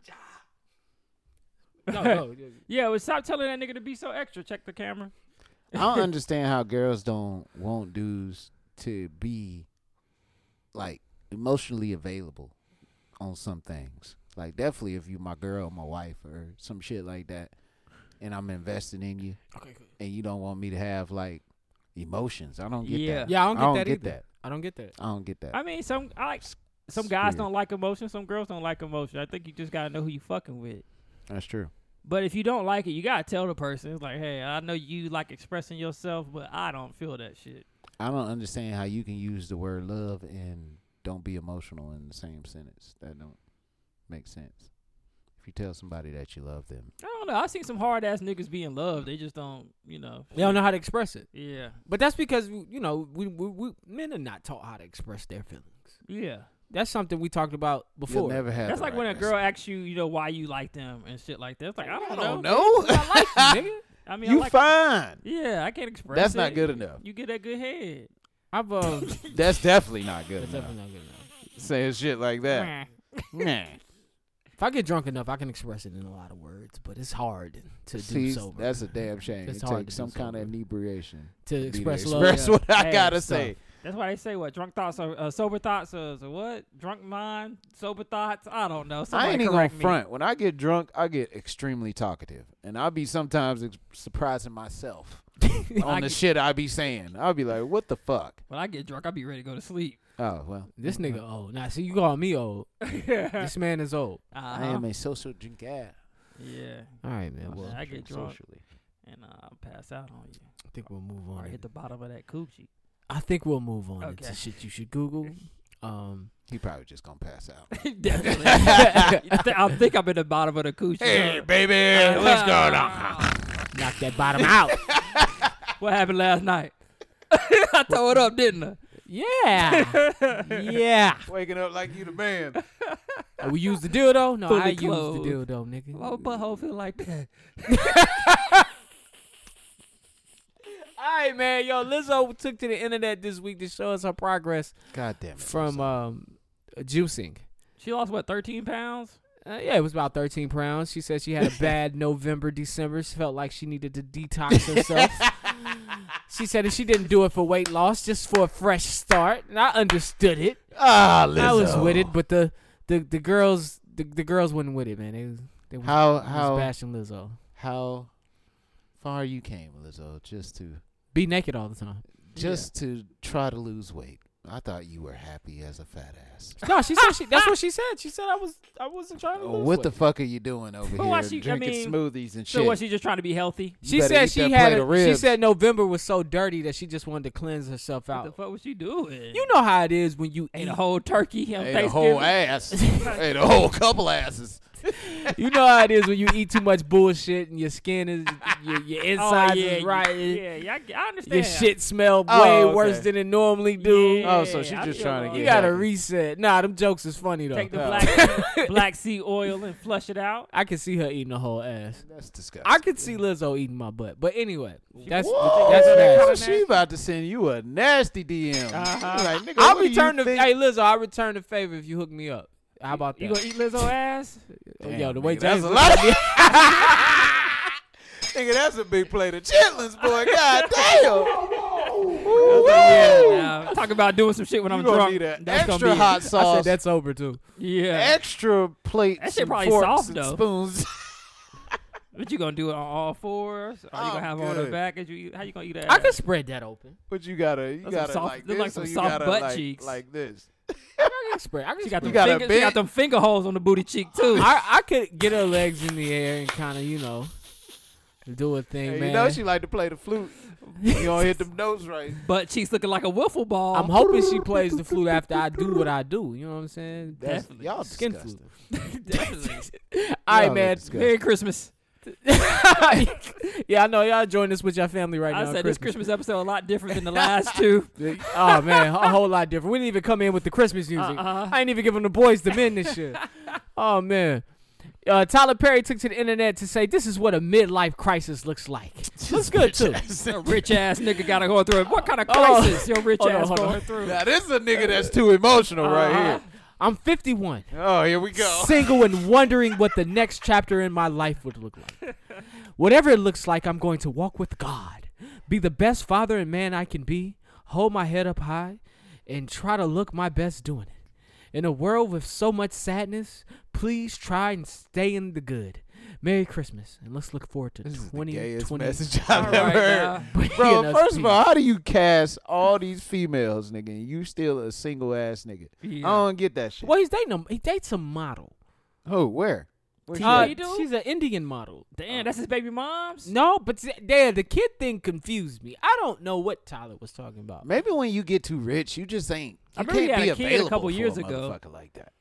No, no, Yeah, well, stop telling that nigga to be so extra. Check the camera. I don't understand how girls don't want dudes to be like emotionally available on some things. Like definitely if you my girl, my wife or some shit like that and I'm invested in you and you don't want me to have like emotions. I don't get Yeah. that. yeah, I don't get that get either. that. I don't get that. I don't get that. I mean, some I like some It's guys weird. don't like emotion. Some girls don't like emotion. I think you just gotta know who you fucking with. That's true. But if you don't like it, you gotta tell the person. It's like, hey, I know you like expressing yourself, but I don't feel that shit. I don't understand how you can use the word love and don't be emotional in the same sentence. That don't make sense. If you tell somebody that you love them, I don't know. I've seen some hard ass niggas be in love. They just don't, you know. They don't know how to express it. Yeah, But that's because you know we, we, we men are not taught how to express their feelings. yeah. That's something we talked about you'll before. never have. That's the like right when a message. girl asks you, you know, why you like them and shit like that. It's like I don't, I don't know. know. Nigga, I mean, I you like fine. Yeah, I can't express. That's not it. good enough. You get that good head. um, I've uh, that's That's definitely not good. definitely not good enough. Saying shit like that. nah. If I get drunk enough, I can express it in a lot of words, but it's hard to do See, sober. that's a damn shame. It's it hard takes to some do kind of sober. inebriation To be the express love. express- That's Yeah. what I Hey, gotta so- say. That's why they say what drunk thoughts, are, uh, sober thoughts, uh, so what drunk mind, sober thoughts. I don't know. I Somebody ain't even gonna correct me. front. When I get drunk, I get extremely talkative, and I be sometimes ex- surprising myself on the get- shit I be saying. I'll be like, "What the fuck?" When I get drunk, I be ready to go to sleep. Oh well, This nigga old. Now, see, you call me old. this man is old. I am a social drinker. Uh-huh. Yeah. All right, man. Well, I I get drunk and uh, I'll pass out on you. think we'll move Or on. hit the bottom of that coochie. I think we'll move on Okay. to shit you should Google. Um, He probably just gonna pass out. Definitely. I, thi- I think I'm in the bottom of the coochie. Hey, baby, let's go now. knock that bottom out. What happened last night? I tore it up, didn't I? Yeah, yeah. Waking up like you the man. Oh, we use the dildo. No, Fully I clothed. Oh. use the dildo, nigga. Why would butthole feel like that? All right, man. Yo, Lizzo took to the internet this week to show us her progress God damn it! from Lizzo. um, juicing. She lost, what, 13 pounds? Uh, yeah, it was about 13 pounds. She said she had a bad November, December. She felt like she needed to detox herself. she said if she didn't do it for weight loss, just for a fresh start. And I understood it. Ah, Lizzo. I was with it, but the the, the girls the, the girls wasn't with it, man. They was they was, how was how bashing Lizzo. how far you came, Lizzo, just to Be naked all the time. just to try to lose weight. I thought you were happy as a fat ass. No, she said she. That's what she said. She said I was I wasn't trying to. Oh, lose what weight. the fuck are you doing over But here? why she- I drinking mean, smoothies and So shit. was she just trying to be healthy? She better said eat she that had. plate a- of she ribs. said November was so dirty that she just wanted to cleanse herself What the out. fuck was she doing? You know how it is when you ate eat a whole turkey on Ate Thanksgiving. a whole ass. Ate a whole couple asses. You know how it is when you eat too much bullshit and your skin is your, your insides yeah, is you- right. Yeah, yeah, I, I understand. Your shit smell Oh, way okay. worse than it normally do. Yeah, Oh, so she I just feel trying to that. get You gotta healthy. reset. Nah, them jokes is funny though. Take the black black sea oil and flush it out. I could see her eating a whole ass. That's disgusting. I could see Lizzo eating my butt. But anyway, that's Whoa, that's nigga, nasty. she about to send you a nasty DM. Uh-huh. Like, nigga, I'll what do return you the think? hey Lizzo. I'll return the favor if you hook me up. How about that? You gonna eat Lizzo ass? Oh, Damn, Yo, the way nigga, that's James a look- lot of Nigga, that's a big plate of chitlins, boy. God damn. Nah, talk about doing some shit when I'm gonna drunk. need an That's gonna extra be it. hot I sauce, said that's over too. Yeah. extra plates, That shit and probably forks soft, and though. spoons. But you gonna do it on all fours? Or you I'm gonna have on the good. back? As you, eat- how you gonna eat that? I could spread that open. But you gotta, you That's some gotta soft- like look this, like so some you soft gotta butt like, cheeks. like this. I can spread. I can She got them spread. got a fingers. She got big- them finger holes on the booty cheek too. I, I could get her legs in the air and kind of you know do a thing, Hey, man. you know she like to play the flute. you don't hit them notes right. butt cheeks looking like a wiffle ball. I'm hoping she plays the flute after I do what I do. You know what I'm saying? That's, Definitely. y'all Skin disgusting. Definitely. All Y'all right, are man. disgusting. Merry Christmas. yeah, I know y'all enjoying this with your family right I now. said on this Christmas episode a lot different than the last two. oh man, a whole lot different. We didn't even come in with the Christmas music. Uh-uh. I ain't even giving the boys the men this year. oh man. Uh, Tyler Perry took to the internet to say this is what a midlife crisis looks like. Looks good too. Your rich ass nigga gotta go through it. What kind of crisis your rich Hold on, ass Oh, hold on. going through? Now this is a nigga that's too emotional right Uh-huh. I'm 51, here. Oh, here we go. single and wondering what the next chapter in my life would look like. Whatever it looks like, I'm going to walk with God, be the best father and man I can be, hold my head up high, and try to look my best doing it. In a world with so much sadness, please try and stay in the good. Merry Christmas, and let's look forward to This is the 2020. gayest message I've All ever right, heard. now. Bro, Bringing us first of all, peace. how do you cast all these females, nigga, and you still a single ass nigga? Yeah. I don't get that shit. well, he's dating a, he dates a model. Who? Where? Where she Uh, at? do? she's an Indian model. Uh, Damn, that's his baby mom's. No, but th- there the kid thing confused me. I don't know what Tyler was talking about. Maybe when you get too rich, you just ain't. I You remember he can't had be a kid a available couple for years a ago. motherfucker like that.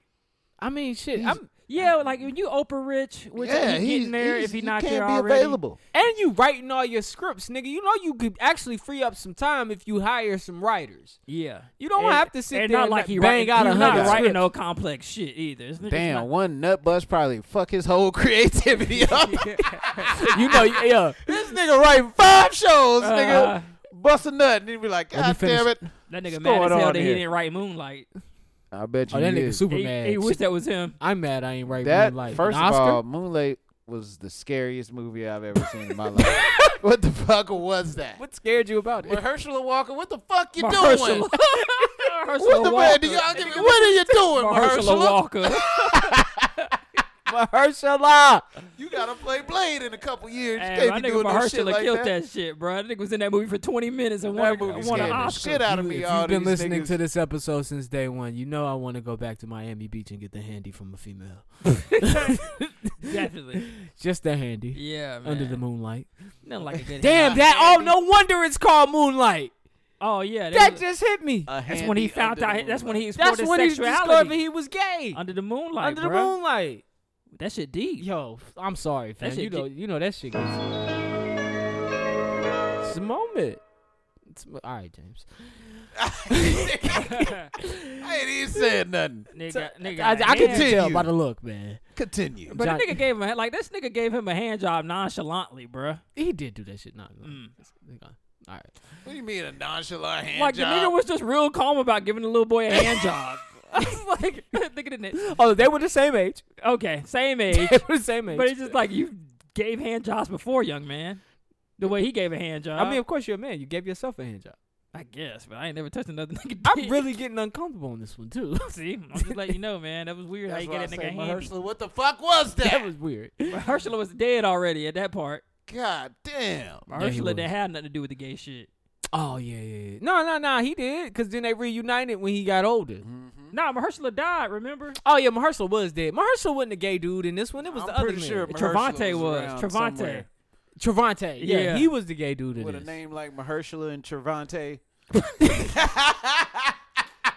I mean, shit. I'm, Yeah, like when you Oprah rich, which yeah, he he's, getting there he's, if he you not can't there be already. available. and you writing all your scripts, nigga. You know you could actually free up some time if you hire some writers. Yeah, You don't and, have to sit and there not and like he bang writing, out he's a not hundred writing scripts. no complex shit either. It's, it's Damn, not, one nut bust probably fuck his whole creativity up. you know, yeah. This nigga writing five shows, Uh, nigga. Bust a nut, and then be like, Let me God damn finish. it. that nigga What's mad as going hell on that he here? didn't write Moonlight. I bet you Oh, that nigga did. super He, mad. he wish that was him. I'm mad. I ain't writing That Moonlight. first An of Oscar? all, Moonlight was the scariest movie I've ever seen in my life. what the fuck was that? what scared you about it? Herschel Walker, what the fuck you Mahershala- doing? Mahershala What the man Walker. do y'all give me? What are you doing, Mahershala Mahershala? Walker. Mahershala. You gotta play Blade in a couple years. Man, you my can't be nigga doing no shit Mahershala like killed that. that. shit, bro. That nigga was in that movie for 20 minutes and That won, movie won an scared the Oscar. shit out of If me. All you've been these listening niggas. to this episode since day one, you know I want to go back to Miami Beach and get the handy from a female. Definitely. Just the handy. Yeah, man. Under the moonlight. Nothing like a good Damn that! Oh, no wonder it's called Moonlight. Oh, yeah. That was- just hit me. that's when he found out. That's when he explored That's his when he discovered sexuality. he was gay. under the moonlight, Under the bruh. moonlight. That shit deep. Yo, f- I'm sorry, fam. shit You know, get- you know that shit. Gets... It's a moment. It's mo- all right, James. I ain't even said nothing. Nigga, nigga, I, got I can hands. tell tell you. by the look, man. Continue. But John- the nigga gave him a, like this nigga gave him a hand job nonchalantly, bruh. He did do that shit. Not Mm. all right. What do you mean a nonchalant hand Like the nigga job? was just real calm about giving the little boy a hand job. I was like, nigga didn't. Oh, they were the same age. Okay, same age, They were the same age. but it's just like you gave hand jobs before, young man. The way he gave a hand job. I mean, of course you're a man. You gave yourself a hand job. I guess, but I ain't never touched another nigga. I'm dick. really getting uncomfortable on this one too. see. I'm just letting you know, man. That was weird That's how you why I get that nigga say, a hand. Mahershala, what the fuck was that? that was weird. Mahershala was dead already at that part. God damn. he Mahershala didn't was. have nothing to do with the gay shit. Oh yeah, yeah, yeah. No, no, no. He did because then they reunited when he got older. Mm-hmm. Mm-hmm. Nah, Mahershala died. Remember? Oh yeah, Mahershala was dead. Mahershala wasn't a gay dude in this one. It was I'm the other pretty man. sure Travante Mahershala was. around Travante. somewhere. Travante. Yeah, Yeah. he was the gay dude in With a this. name like Mahershala and Travante.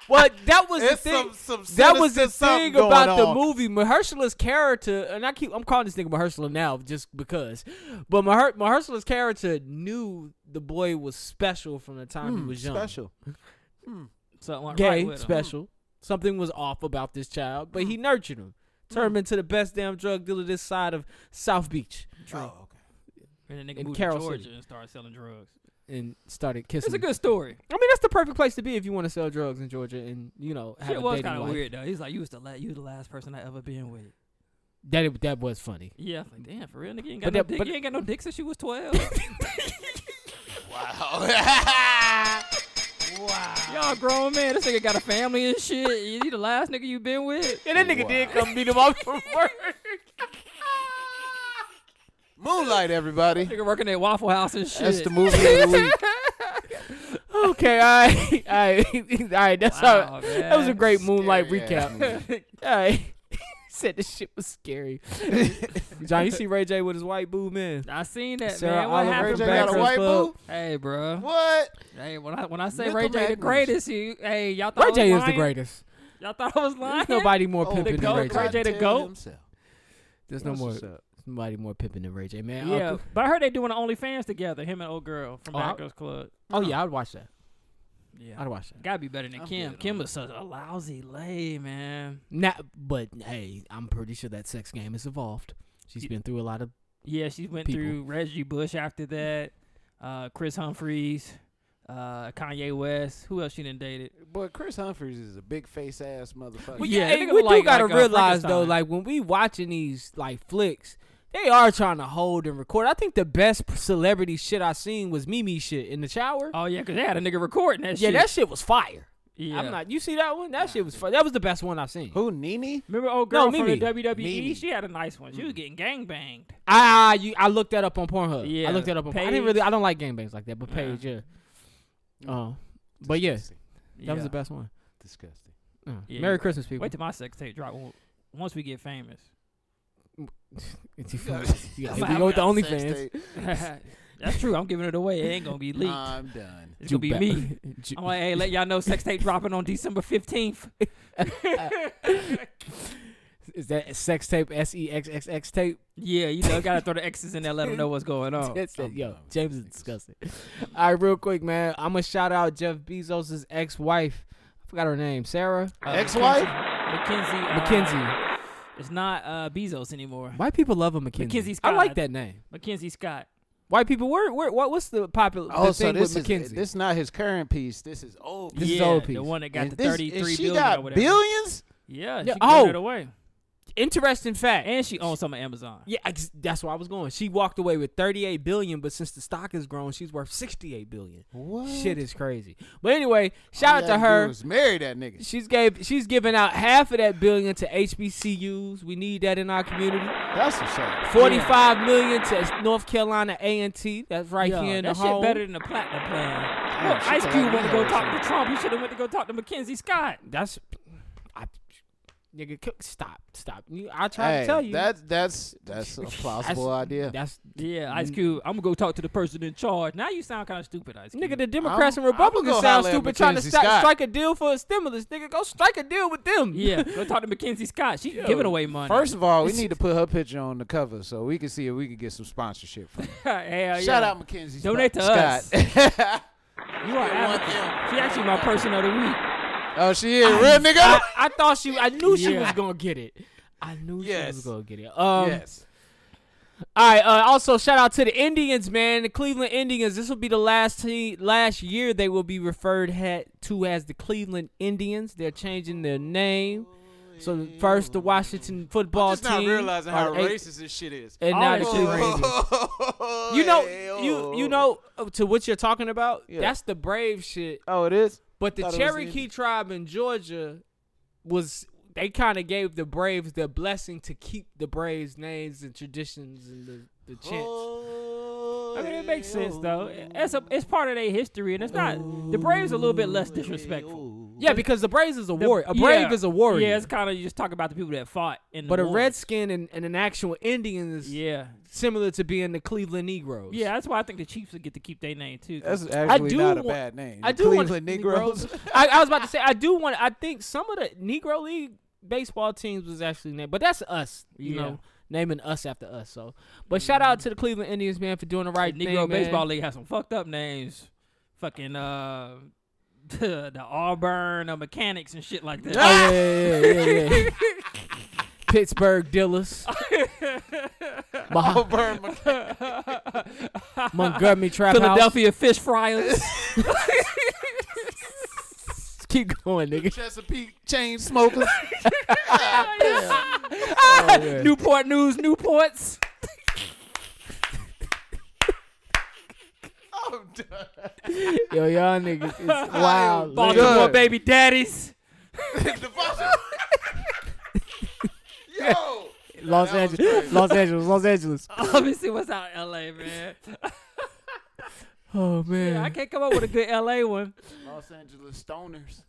Well, that was the It's thing. some, some that was the sinister something thing going about the on. movie. Mahershala's character, and I keep I'm calling this nigga Mahershala now just because, but Maher, Mahershala's character knew the boy was special from the time he was young. Hmm, Special. So it went gay, right with him. special. Something was off about this child, but Hmm. he nurtured him, turned him into the best damn drug dealer this side of South Beach, Oh, And then they In moved Carroll to Georgia City. and started selling drugs. and started It's kissing. a good story. I mean, that's the perfect place to be if you want to sell drugs in Georgia and you know have Shit a was dating kind of life. weird though. He's like, you was the last, you was the last person I ever been with. That it, that was funny. Yeah, I was like damn, for real, nigga, you ain't got But no that- dick. but- you ain't got no dick since you was twelve. wow. Y'all grown man. This nigga got a family and shit. You, you the last nigga you been with. Yeah, that nigga did come beat him up from work. Moonlight, everybody. Nigga working at Waffle House and shit. That's the movie of the week. Okay, all right, all right, all right. That's Wow, how. That was a man. great Moonlight Scary-ass recap. all right, said this shit was scary. John, you see Ray J with his white boo man? I seen that Sarah man. What Oliver happened? J back got a in the white club? boo? Hey, bro. What? Hey, when I when I say Nickel Ray J the Magnus. greatest, you hey y'all thought Ray I J was is the lying? greatest. Y'all thought I was lying. There's nobody more Oh, pimping the than Ray goat, J. Ray J the Tell goat? himself. There's no That's more what's up. nobody more pimping than Ray J. Man, Yeah, Uncle- but I heard they doing the OnlyFans together. Him and old girl from Oh, I- Bad Girls Club. Oh yeah, I'd watch that. Yeah, I'd watch that. gotta be better than Kim. Kim was such a lousy lay, man. Nah, but hey, I'm pretty sure that sex game has evolved. She's been through a lot of. Yeah, she went People. through Reggie Bush after that, uh, Chris Humphries, uh, Kanye West. Who else she done dated? Boy, Chris Humphries is a big face ass motherfucker. Well, Oh, yeah, hey, nigga we do look like- gotta like a realize though, Frankenstein. like when we watching these like flicks, they are trying to hold and record. I think the best celebrity shit I seen was Mimi shit in the shower. Oh yeah, cause they had a nigga recording that yeah, shit. that shit was fire. yeah. I'm not. You see that one? That shit was fire. That was the best one I've seen. Who, Nene? Remember old girl No, from Mimi. Mm. the WWE? Mimi. She had a nice one. She was getting gang banged. I I, you, I looked that up on Pornhub. I Yeah, looked that up on. Pornhub. I didn't Paige. really. I don't like gangbangs like that, but Paige, yeah. Um, but yeah, that was the best one. Disgusting. Uh, Yeah, Merry you're- Christmas, people. Wait till my sex tape drop w- once we get famous. It's you gotta we go with the Sex OnlyFans. tape. That's true. I'm giving it away. It ain't gonna be leaked. I'm done. it's gonna be Ju- me. Ju- I'm like, hey, let y'all know sex tape dropping on December 15th. Is that sex tape? S e x x x tape. Yeah, you know, gotta throw the X's in there, let them know what's going Oh, on. That's it. Yo, James is disgusting. All right, real quick, man. I'm gonna shout out Jeff Bezos' ex-wife. I forgot her name. Sarah Ex-wife? Uh, Mackenzie. Uh, McKenzie. It's not uh, Bezos anymore. White people love her, McKenzie. Mackenzie I Scott, I like that name. Mackenzie Scott. White people. Where? Where? What? What's the popular? Oh, the so thing this is with McKenzie. this is not his current piece. This is old. This is yeah, old piece. The one that got And the this- and 33 she billion got or whatever. billions. Yeah, she Yeah, gave oh. it away. Interesting fact. And she owns some of Amazon. Yeah, ex- that's where I was going. She walked away with 38 billion, but since the stock has grown, she's worth 68 billion. What? Shit is crazy. But anyway, shout out All to you gotta do her. is Marry that nigga. She's gave she's giving out half of that billion to HBCUs. We need that in our community. That's a shame. Forty-five million to North Carolina A&T. That's right Yeah, here in that the shit home. better than the platinum plan. Look, Oh, she Ice thought Cube I went knew to go her talk to Trump. He should have went to go talk to Mackenzie Scott. that's I, nigga c- stop stop. You- I try Hey, to tell you. that that's that's a plausible idea. That's Yeah, Ice Mm. Cube. I'm gonna go talk to the person in charge. Now you sound kind of stupid, Ice Cube. Nigga, the Democrats I'm- and Republicans I'ma go sound holler at stupid trying to Mackenzie sti- Scott. strike a deal for a stimulus. Nigga, go strike a deal with them. yeah, go talk to Mackenzie Scott. She's giving away money. First of all, we need to put her picture on the cover so we can see if we can get some sponsorship. From her. Hell Shout yeah. out Mackenzie. Donate to Scott. us. You are advocate. She actually my person of the week. oh, she is real nigga. I, I thought she. I knew she Yeah. was gonna get it. I knew she Yes. was gonna get it. Um, yes. All right. Uh, also, shout out to the Indians, man. The Cleveland Indians. This will be the last te- last year they will be referred ha- to as the Cleveland Indians. They're changing their name. So first, the Washington football Just team. not realizing how are eight- racist this shit is. And now the Oh, Cleveland oh, Indians. You know, you you know uh, to what you're talking about. That's the brave shit. Oh, it is. But the Thought it was Cherokee Indian. tribe in Georgia was they kind of gave the Braves their blessing to keep the Braves names and traditions and the, the chants. I mean, it makes sense though. It's a, it's part of their history, and it's not the Braves are a little bit less disrespectful. yeah, because the Braves is a The- warrior. A Brave yeah. is a warrior. Yeah, it's kind of you just talk about the people that fought in. The but a war. redskin and, and an actual Indian is Yeah, similar to being the Cleveland Negroes. yeah. That's why I think the Chiefs would get to keep their name too. 'cause That's actually do not a wa- bad name. I The do want Cleveland Negroes. I, I was about to say I do want. I think some of the Negro League baseball teams was actually named, but that's us. You Yeah. know, naming us after us. So, but Mm-hmm. shout out to the Cleveland Indians, man, for doing the the right thing. Negro man. Baseball League has some fucked up names. Fucking uh, the, the Auburn uh, mechanics and shit like that. Oh, yeah, yeah, yeah, yeah, yeah. Pittsburgh Dillas. Mah- Montgomery Trap House. Philadelphia Fish Fryers. Keep going, nigga. Chesapeake chain smokers. Newport News, Newports. Yo, y'all niggas is wild. nigga. Baltimore Good. Baby Daddies. Yo, Los Angeles, Los Angeles, Los Angeles. Obviously, what's out in LA, man? Oh man, Yeah, I can't come up with a good LA one. Los Angeles stoners.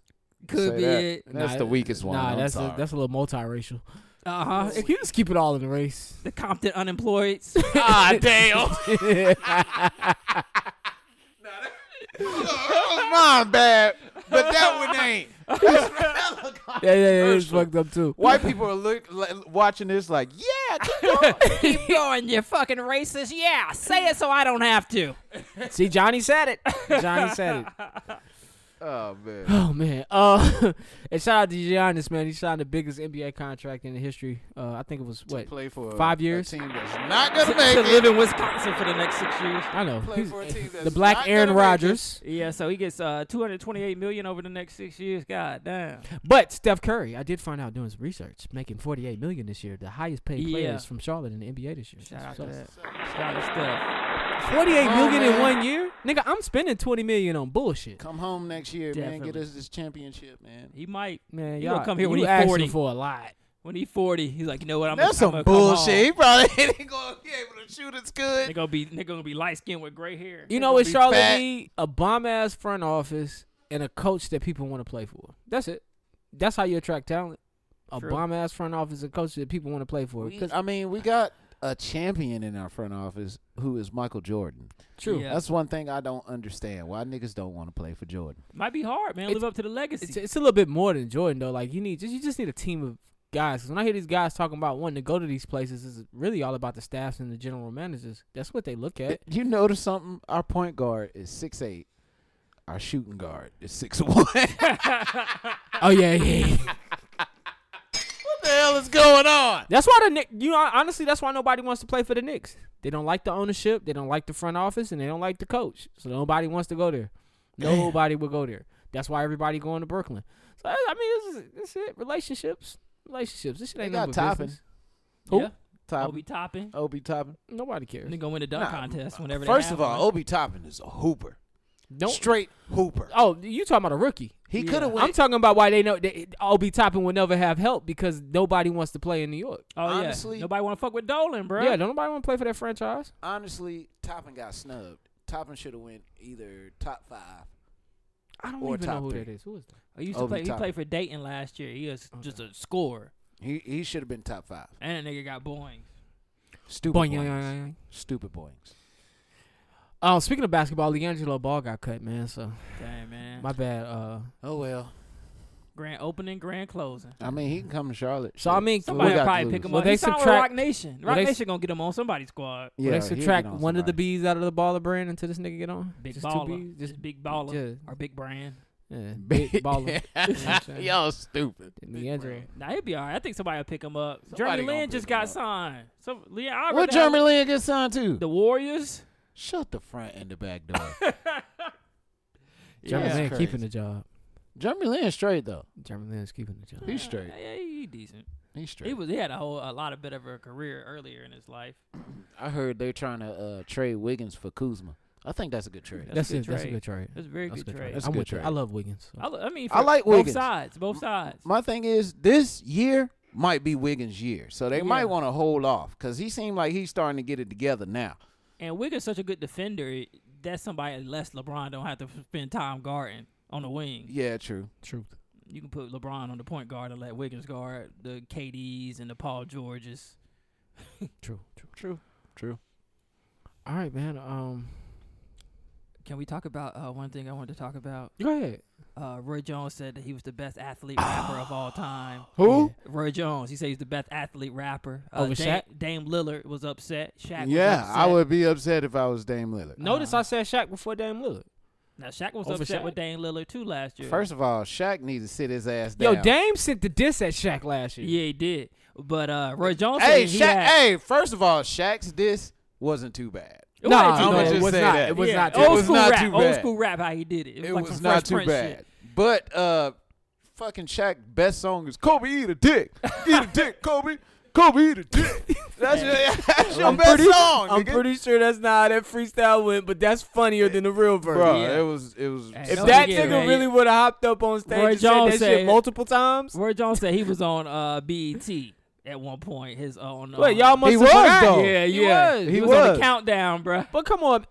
Could Say be that. it. That's the weakest one. Nah, I'm that's sorry. A, that's a little multiracial. Uh huh. If you just keep it all in the race, The Compton unemployed. ah damn. Mine bad, but that one ain't. Yeah, yeah, yeah, it's fucked up too. White people are look, li- watching this like, yeah, keep going. Keep going, you fucking racist. Yeah, say it so I don't have to. See, Johnny said it. Johnny said it. oh man. Oh man. Uh, and shout out to Giannis, man. He signed the biggest NBA contract in the history. Uh, I think it was what play for a- five a years. team that's not gonna make To it. live in Wisconsin for the next six years. I know. Play He's- eh, for a team the that's Black not Aaron gonna make it. Rodgers, Yeah, so he gets uh, 228 million over the next six years. God damn. but Steph Curry. I did find out doing some research, making forty-eight million this year, the highest-paid Yeah. players from Charlotte in the NBA this year. Shout out So, to that. Shout out to Steph. Forty-eight Oh, million in one year, nigga. I'm spending twenty million on bullshit. Come home next year, man. Definitely. Get us this championship, man. He might Man, You gonna y'all come here when you he asking 40. for a lot. when he's 40. He's like, you know what? I'm That's gonna, some I'm gonna come home. bullshit. He probably ain't gonna be able to shoot as They're good. gonna be they're gonna be light skinned with gray hair. You know what be Charlotte fat. need? A bomb ass front office and a coach that people want to play for. That's it. That's how you attract talent. A True. bomb ass front office and coach that people want to play for. 'Cause- I mean, we got a champion in our front office who is Michael Jordan. true. Yeah. That's one thing I don't understand. Why niggas don't want to play for Jordan? Might be hard, man. It's- Live up to the legacy. It's, it's a little bit more than Jordan though. Like you need just you just need a team of guys. 'Cause when I hear these guys talking about wanting to go to these places, it's really all about the staffs and the general managers. That's what they Eh. look at. Eh, You notice something? Our point guard is six eight. Our shooting guard is six one. oh yeah, yeah. yeah. What the hell is going on? That's why the Knicks, you know, honestly, that's why nobody wants to play for the Knicks. They don't like the ownership, they don't like the front office, and they don't like the coach. So nobody wants to go there. Nobody will go there. That's why everybody going to Brooklyn. So I I mean, this is this it. Relationships, relationships. This shit They ain't got nothing but Toppin. business. yeah. Who? Obi Topping. Toppin. Obi Toppin. Nobody cares. They're gonna win the dunk contest whenever. Oh, First they of have all, one. Obi Toppin is a hooper. Don't. Straight hooper. Oh, you talking about a rookie? He could have I'm went. talking about why they know they, Obi Toppin will never have help because nobody wants to play in New York. oh, yeah. honestly- nobody want to fuck with Dolan, bro. Yeah, don't nobody want to play for that franchise. honestly, Toppin got snubbed. Toppin should have went either top five. I don't Or even know top who three. that is. Who is that? he used to Obi play. He Toppin. played for Dayton last year. He was just a scorer, He he should have been top five. and that nigga got boing. Stupid Boing, boings. yoing, yoing, yoing. Stupid boings. Oh, speaking of basketball, LiAngelo Ball got cut, man. So Damn man. my bad. Uh, Oh well. grand opening, grand closing. I mean, he can come to Charlotte. so I mean, Somebody got will to probably lose. pick him Well, up. they He signed with subtract- Rock Nation. well, Rock they s- Nation gonna get him on somebody's squad. yeah, they he'll get subtract on one of the somebody. B's out of the baller brand until this nigga get on. Big Just two baller. Bs? Just, big baller yeah. or big brand. yeah, big baller. Y'all stupid. LiAngelo. Nah, he'll be all right. I think somebody will pick him up. Somebody Jeremy gonna Lin just pick him got up. signed. So, yeah, I What really- Jeremy Lin get signed to? The Warriors. Shut the front and the back door. Jeremy Yeah. Lin That's keeping crazy. the job. Jeremy Lin straight though. Jeremy Lin's keeping the job. He's straight. Yeah, he decent. He's He straight. was. He had a whole a lot of bit of a career earlier in his life. I heard they're trying to uh, trade Wiggins for Kuzma. I think that's a good trade. That's That's, a good it. That's a trade. good trade. That's a very That's a good good trade. trade. That's a I'm good with it. trade. I love Wiggins. so. I, lo- I mean, I for like both Wiggins. sides. Both sides. My thing is this year might be Wiggins' year, so they Yeah. might want to hold off because he seemed like he's starting to get it together now. and Wiggins such a good defender. That's somebody unless LeBron don't have to spend time guarding on the wing. Yeah, true. Truth. You can put LeBron on the point guard and let Wiggins guard the KDs and the Paul Georges. True. True. True. True. All right, man. Um, Can we talk about uh, one thing I wanted to talk about? go ahead. Uh, Roy Jones said that he was the best athlete rapper of all time. Who? Roy Jones. He said he's the best athlete rapper. Uh, Over Dame, Shaq? Dame Lillard was upset. Shaq. was Yeah, upset. I would be upset if I was Dame Lillard. Notice I said Shaq before Dame Lillard. Now Shaq was Over upset Shaq? with Dame Lillard too last year. First of all, Shaq needs to sit his ass Yo, down. Dame sent the diss at Shaq last year. yeah, he did. But uh, Roy Jones. Hey, said he Shaq. had- Hey, first of all, Shaq's diss wasn't too bad. It wasn't Nah, too no, bad. just it was say not. that. It was Yeah, not. old It was school not rap. too Old bad. school rap. How he did it. It, was, It like was some not Fresh too Prince bad. Shit. But uh, fucking Shaq best song is Kobe eat a dick, eat a dick, Kobe, Kobe eat a dick. That's your, that's your I'm best pretty, song. I'm nigga. pretty sure that's not how that freestyle went, but that's funnier than the real version. Bro, Yeah. it was it was. Hey, If don't that forget, nigga man. really would have hopped up on stage Roy and Jones said that said- shit multiple times, Roy Jones said he was on uh, BET. at one point. His own. Wait, um, y'all must He have was, forgot. though. Oh. Yeah, He yeah. was. He, He was, on was. the countdown, bruh. But come on,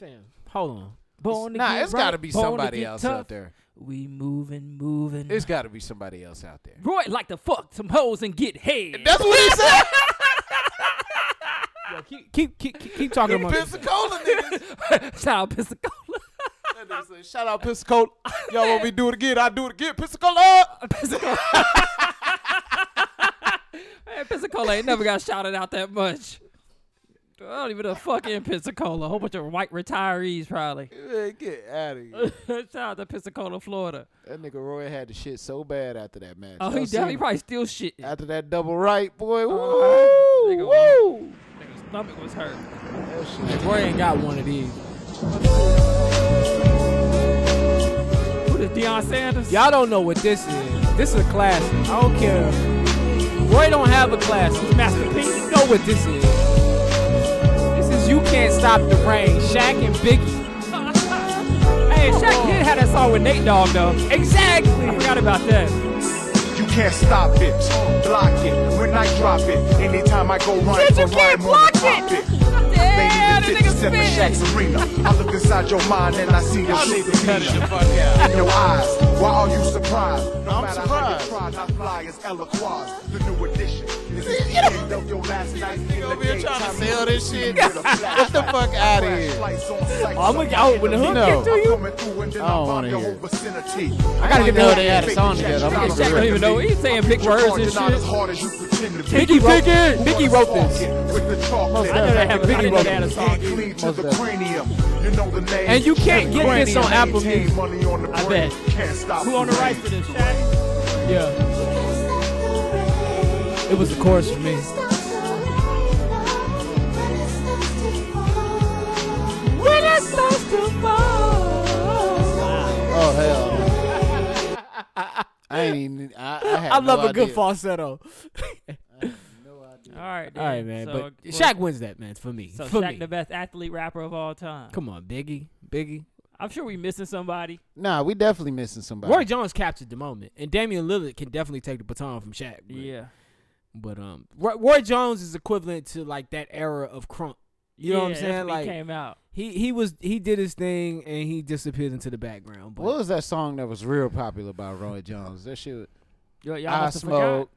fam. Hold on. Born to Nah, get it's gotta right, be born to somebody get else tough. out there. We moving, moving. It's got to be somebody else out there. Roy like to fuck some hoes and get head. That's what he said. Keep keep keep, keep talking about Pensacola niggas. Shout out Pensacola. Shout out Pensacola. Y'all want me to do it again? I do it again. Pensacola. Pensacola. Man, Pensacola ain't never got shouted out that much. I don't even know fucking Pensacola. A whole bunch of white retirees probably. Man, get out of here. Shout out to Pensacola, Florida. That nigga Roy had the shit so bad after that match. Oh, Y'all he seen definitely him? probably still shit. after that double right, boy. Woo, Nigga, woo. Nigga's stomach was hurt. Roy ain't got one of these. Who this Deion Sanders? Y'all don't know what this is. This is a classic. I don't care. Roy don't have a classic. Master P, you know what this is. This is You Can't Stop the Rain, Shaq and Biggie. Hey, Shaq did have that song with Nate Dogg though. Exactly. I forgot about that. You can't stop it, block it when I drop it. Anytime I go run, Shit, for you can't rhyme, block I'ma it. pop Baby, the 57 Shaq's arena. I look inside your mind and I see your shit in your eyes. Why are you surprised? No I'm matter surprised. how you try, I fly as eloquent. The new edition. This is the end of your last night. Nigga over here trying to sell this shit. Get the fuck out of here. I'ma get out when Oh, the hook No. get to you. I don't want to hear it. I I gotta get the know hook. they had a song together. I'm Shaq gonna don't even know. He's saying big words and shit. Biggie, Biggie, Biggie wrote this. I know they have a- I didn't know they had a song. Clean to the cranium. You know the name. And you can't get this on Apple Music. Money on the I brain. bet. Can't stop Who on the rain. right for this? Shaq? Yeah. Oh. It was the chorus for me. When it starts to fall. Oh hell. Oh, I ain't even. I, I, had I love no a good idea. falsetto. All right. All Then. right, man. So, but well, Shaq wins that, man, for me. So for Shaq, me. the best athlete rapper of all time. Come on, Biggie, Biggie. I'm sure we missing somebody. Nah, we definitely missing somebody. Roy Jones captured the moment, and Damian Lillard can definitely take the baton from Shaq. But, Yeah. but um, Roy, Roy Jones is equivalent to like that era of crunk. You know what I'm Yeah, that's saying? when he Like came out. he he was he did his thing and he disappeared into the background. But What was that song that was real popular by Roy Jones? That shit. Yo, y'all I must have forgot. smoke.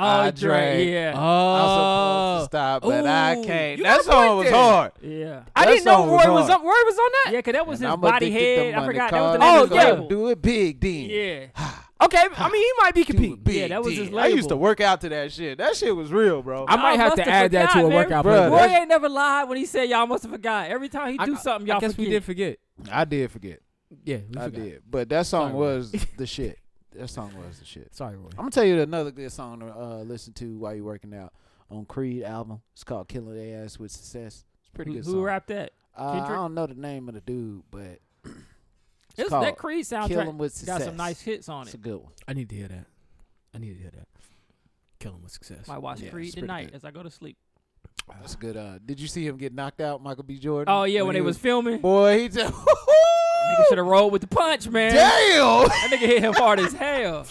Oh, I Dre, drank. Yeah. Oh. I'm supposed to stop, but I Oh. Ooh, can't. you That got a song point was there. hard. yeah. I that didn't know song Roy was was, hard. up. Roy was on that. Yeah, cause that was his I'm body addicted to head. I money, forgot that was the car. name of his Oh, yeah. label. Do it big, then. Yeah. Okay, I mean he might be competing. Big Yeah, that was D. his I used to label. work out to that shit. That shit was real, bro. I might Y'all have to must add that to forgot, a man. workout Bruh, Roy playlist. ain't never lied when he said y'all must have forgot. Every time he do something, y'all I guess forget. we did forget. I did forget. Yeah, we I forgot. did. But that song Sorry, Roy. was the shit. That song was the shit. Sorry, Roy. I'm gonna tell you another good song to uh, listen to while you're working out on Creed album. It's called "Killing Their Ass with Success." It's a pretty Who, good. who song. rapped that? Uh, I Kendrick? don't know the name of the dude, but It's called that Creed "Kill soundtrack. 'Em with Success." Got some nice hits on It's it. a good one. I need to hear that. I need to hear that. Kill him with success. Might watch Yeah, it's Creed pretty tonight good. as I go to sleep. That's a good. Uh, did you see him get knocked out, Michael B. Jordan? Oh yeah, when, they was, filming, boy, he just nigga should have rolled with the punch, man. damn. That nigga hit him hard as hell.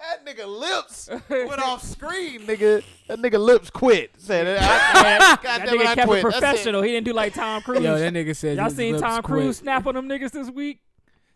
that nigga lips went off screen, nigga. That nigga lips quit. Said I, I, That goddamn it, I nigga kept it quit. That's it. professional. He didn't do like Tom Cruise. Yo, that nigga said Y'all his seen lips Tom quick. Cruise snap on them niggas this week?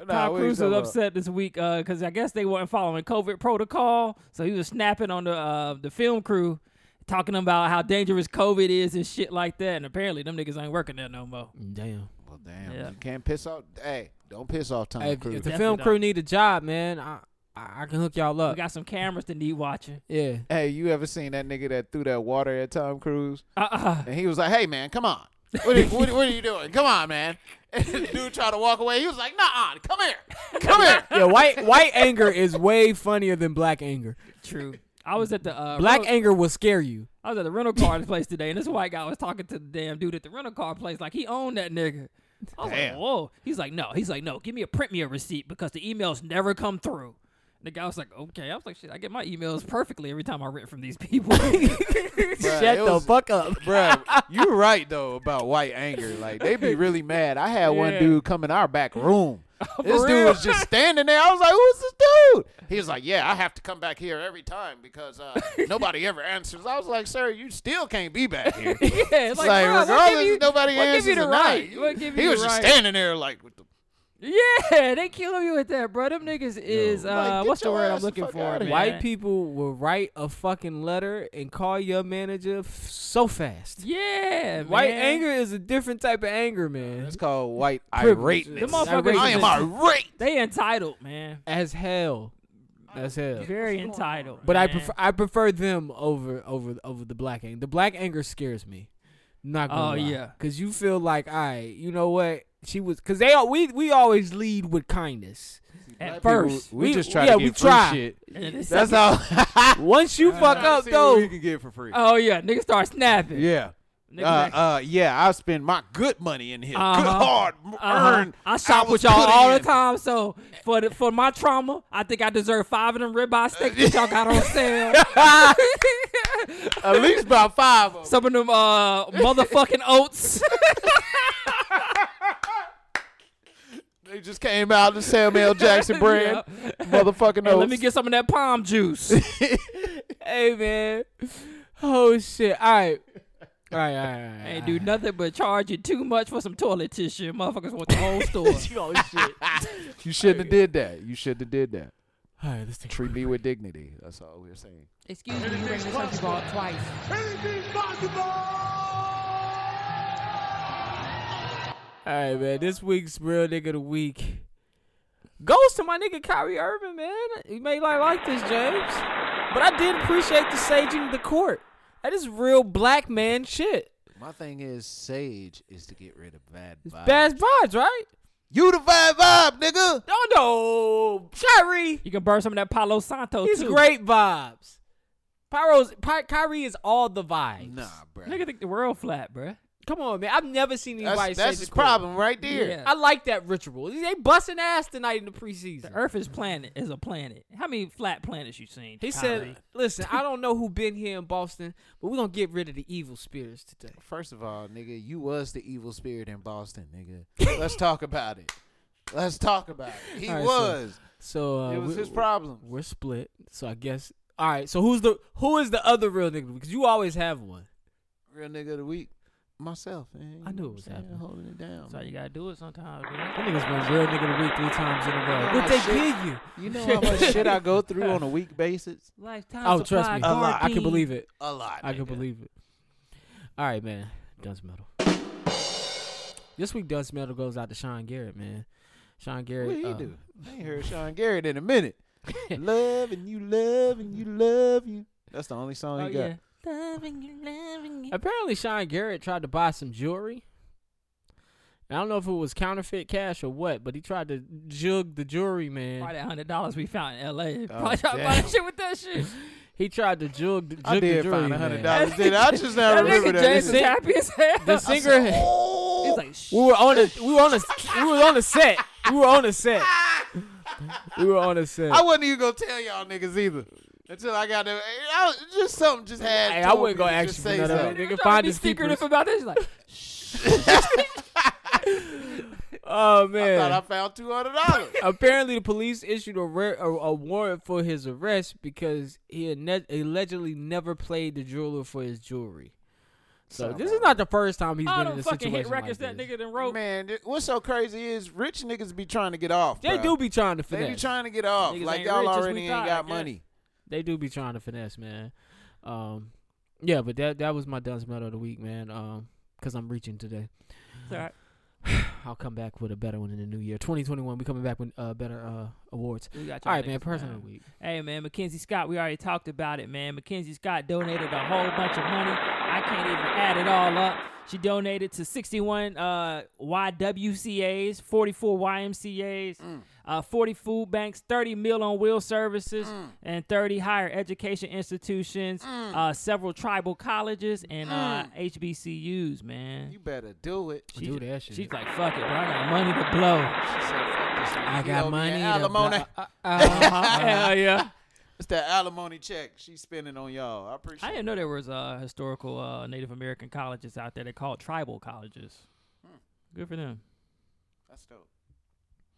Nah, Tom what you Cruise was talking about? upset this week because I guess they weren't following COVID protocol, so he was snapping on the uh, the film crew, talking about how dangerous COVID is and shit like that. And apparently, them niggas ain't working there no more. Damn. Well, damn, Yeah. you can't piss off. Hey, don't piss off Tom Hey, if, Cruise. if the Definitely film don't. crew need a job, man, I I, I can hook y'all We up. got some cameras that need watching. yeah. hey, you ever seen that nigga that threw that water at Tom Cruise? Uh uh And he was like, "Hey, man, come on. What are, what, what are you doing? Come on, man." And the dude tried to walk away. He was like, "Nah, come here, come here." yeah, white white anger is way funnier than black anger. True. I was at the uh, Black rental, anger will scare you. I was at the rental car place today, and this white guy was talking to the damn dude at the rental car place like he owned that nigga. I was Damn. like, whoa. He's like, no. He's like, no. Give me a print me a receipt because the emails never come through. And the guy was like, okay. I was like, shit. I get my emails perfectly every time I rent from these people. Shut it the was- fuck up. Bruh, you You're right though about white anger. Like they be really mad. I had one Yeah. dude come in our back room this dude real? was just standing there. I was like, "Who's this dude?" He was like, "Yeah, I have to come back here every time because uh, nobody ever answers." I was like, "Sir, you still can't be back here." yeah, it's like, bro, what give regardless you- if nobody what give you answers the or right? not, What give he you was the just right? standing there like, with the, Yeah, they killing you with that, bro. Them niggas is uh, get what's the your word ass I'm the looking fuck for? outta Man? here. White people will write a fucking letter and call your manager f- so fast. Yeah, White man. anger is a different type of anger, man. It's called white Privilege. Them motherfuckers is- They entitled, man. as hell, as hell. Very entitled. But I man. prefer I prefer them over over over the black anger. The black anger scares me. Not gonna Oh, lie. yeah. cause you feel like all right, you know what she was. Cause they all we we always lead with kindness. At People- first. we just try to yeah, get we free try. shit. And it's That's like- how- Once you Uh, fuck try to up see though, what we can get for free. Oh yeah, niggas start snapping. Yeah. Niggas Uh, act- uh, yeah, I spend my good money in here. Good Uh-huh. hard Uh-huh. earned. I shop hours with y'all put all in. the time, so for the, for my trauma, I think I deserve five of them ribeye steaks that y'all got on sale. At least about five of them. Some of them uh, motherfucking oats. They just came out of Samuel Jackson brand. Motherfucking Hey, let me oats. get some of that palm juice. hey man, oh shit! All right, all right, all right. All right. I ain't do nothing but charge you too much for some toilet tissue. Motherfuckers want the whole store. oh shit! You shouldn't have did that. You shouldn't have did that. All right, let's take Treat me with dignity. That's all we're saying. Excuse me, you bring this up twice. All right, man. This week's real nigga of the week goes to my nigga Kyrie Irving, man. You may not like this, James, but I did appreciate the saging the court. That is real black man shit. My thing is, Sage is to get rid of bad vibes. Bad vibes, right? You the vibe vibe, nigga. No, no, Kyrie. You can burn some of that Palo Santo. He's too. great vibes. Pyro's Py- Kyrie is all the vibes. Nah, bro. Nigga think the world flat, bruh. Come on, man. I've never seen That's- anybody say that's the his court. problem right there. Yeah. I like that ritual. They busting ass tonight in the preseason. The Earth is planet is a planet. How many flat planets you seen? Kyrie? He said, "Listen, I don't know who been here in Boston, but we're gonna get rid of the evil spirits today." First of all, nigga, you was the evil spirit in Boston, nigga. Let's talk about it. Let's talk about it. He All right, so- was. So uh, It was we- his problem. We're split, so I guess. All right. So who's the who is the other real nigga? Because you always have one. Real nigga of the week. Myself, man. I You knew know it what was I'm saying? happening. Holding it down. That's how you gotta do it sometimes, That man. nigga's been real nigga of the week three times in a row. You know What how they shit- give you? You know how much shit I go through on a week basis? Lifetime Oh, trust me, I can believe it. A lot, I nigga. can believe it. All right, man. Dunce metal. This week, Dunce metal goes out to Sean Garrett, man. Sean Garrett. What he uh, do? I ain't heard Sean Garrett in a minute. loving you, loving you, love you. That's the only song Oh, he got. yeah. Loving you, loving you. Apparently, Sean Garrett tried to buy some jewelry. I don't know if it was counterfeit cash or what, but he tried to jug the jewelry Probably man. that hundred dollars we found in L.A. Oh, Probably y'all bought damn. that shit with that shit. He tried to jug the, jug I the did jewelry find a man. hundred dollars. Did I I just now That remember nigga James is that? happy as hell. The singer, He's like, Shh. we were on a, we were on a, we were on a set. We were on a set. We were on a set. I wasn't even gonna tell y'all niggas either until I got there. I was, just something just had. Hey, I told wasn't me gonna to ask just you for say none of that. something. Nigga, Trying to find be his secretive secrets. about this. He's like, Oh I thought man! I found two hundred dollars. Apparently, the police issued a, rare, a, a warrant for his arrest because he had ne- allegedly never played the jeweler for his jewelry. So Sound this is not the first time he's all been in them a fucking situation hit like records that this. nigga done wrote. Man, th- what's so crazy is rich niggas be trying to get off. They bruh. do be trying to They be finesse. trying to get off. Niggas like ain't y'all rich as we already ain't thought, I got guess. money. they do be trying to finesse, man. Um, yeah, but that that was my dunce medal of the week, man. Um, because I'm reaching today. It's all right. I'll come back with a better one in the new year, 2021. We coming back with uh better uh awards. We got All y'all right, man. niggas, Person of man. the week. Hey man, Mackenzie Scott, we already talked about it, man. Mackenzie Scott donated a whole bunch of money. I can't even add it all up. She donated to 61 uh, YWCAs, 44 YMCAs, Mm. uh, 40 food banks, 30 meal on wheel services, Mm. and 30 higher education institutions, uh, several tribal colleges, and uh, HBCUs, man. You better do it. I Mm. do that shit. She's like, fuck it, bro. I got money to blow. She said, "Fuck this nigga. I He owe got me an money. to Alimony. blah- uh, uh, Hell yeah. It's that alimony check she's spending on y'all. I appreciate. I didn't know there was uh, historical uh, Native American colleges out there. They called tribal colleges. Good for them. it. That's dope.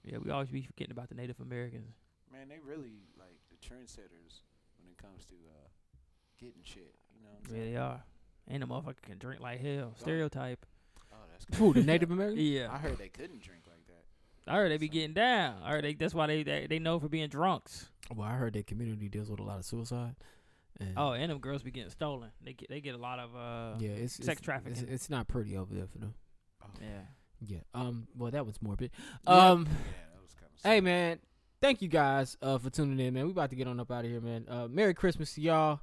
Yeah, we always be forgetting about the Native Americans. Man, they really like the trendsetters when it comes to uh, getting shit. You know what I'm Yeah, saying? they are. And the motherfucker can drink like hell. Stereotype. Oh, that's Who, the crazy. Native American? Yeah. I heard they couldn't drink like that. I heard they be getting down. I heard they, that's why they, they they know for being drunks. Well, I heard that community deals with a lot of suicide. And Oh, and them girls be getting stolen. They get they get a lot of uh yeah, it's sex it's, trafficking. It's, it's not pretty over there for them. yeah. Yeah. Um. Well, that was morbid. Yeah. Um. hey, man. Thank you guys uh, for tuning in, man. We about to get on up out of here, man. Uh, Merry Christmas to y'all.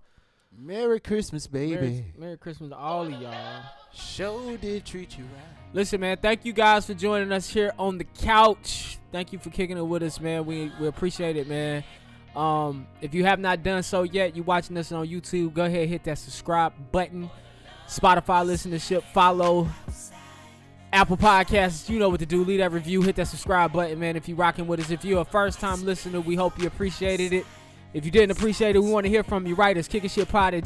Merry Christmas, baby. Merry, Merry Christmas to all of y'all. Show did treat you right. Listen, man. Thank you guys for joining us here on the couch. Thank you for kicking it with us, man. We we appreciate it, man. Um, if you have not done so yet, you watching us on YouTube. Go ahead, hit that subscribe button. Spotify listenership, follow. Apple Podcasts, you know what to do. Leave that review, hit that subscribe button, man. If you rocking with us, if you're a first time listener, we hope you appreciated it. If you didn't appreciate it, we want to hear from you. Write us kickingshitpod at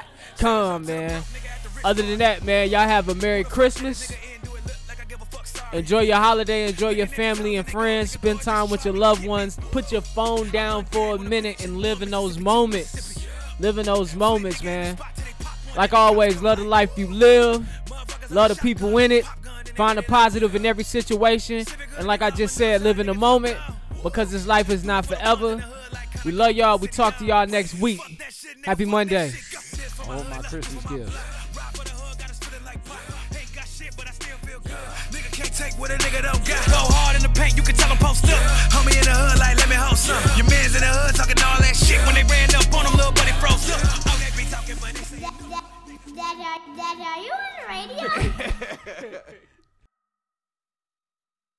gmail.com, man. Other than that, man, y'all have a Merry Christmas. Enjoy your holiday, enjoy your family and friends. Spend time with your loved ones. Put your phone down for a minute and live in those moments. Live in those moments, man. Like always, love the life you live, love the people in it, find the positive in every situation, and like I just said, live in the moment because this life is not forever. We love y'all. We talk to y'all next week. Happy Monday. All my Christmas gifts. Nigga can't take what a nigga don't got. Go hard in the paint, you can tell I'm post up. Homie in the hood, like, let me hold some. Your man's in the hood talking all that shit. When they ran up on him, little buddy froze up. Oh, they be talking, but they say. Dad, are you on the radio?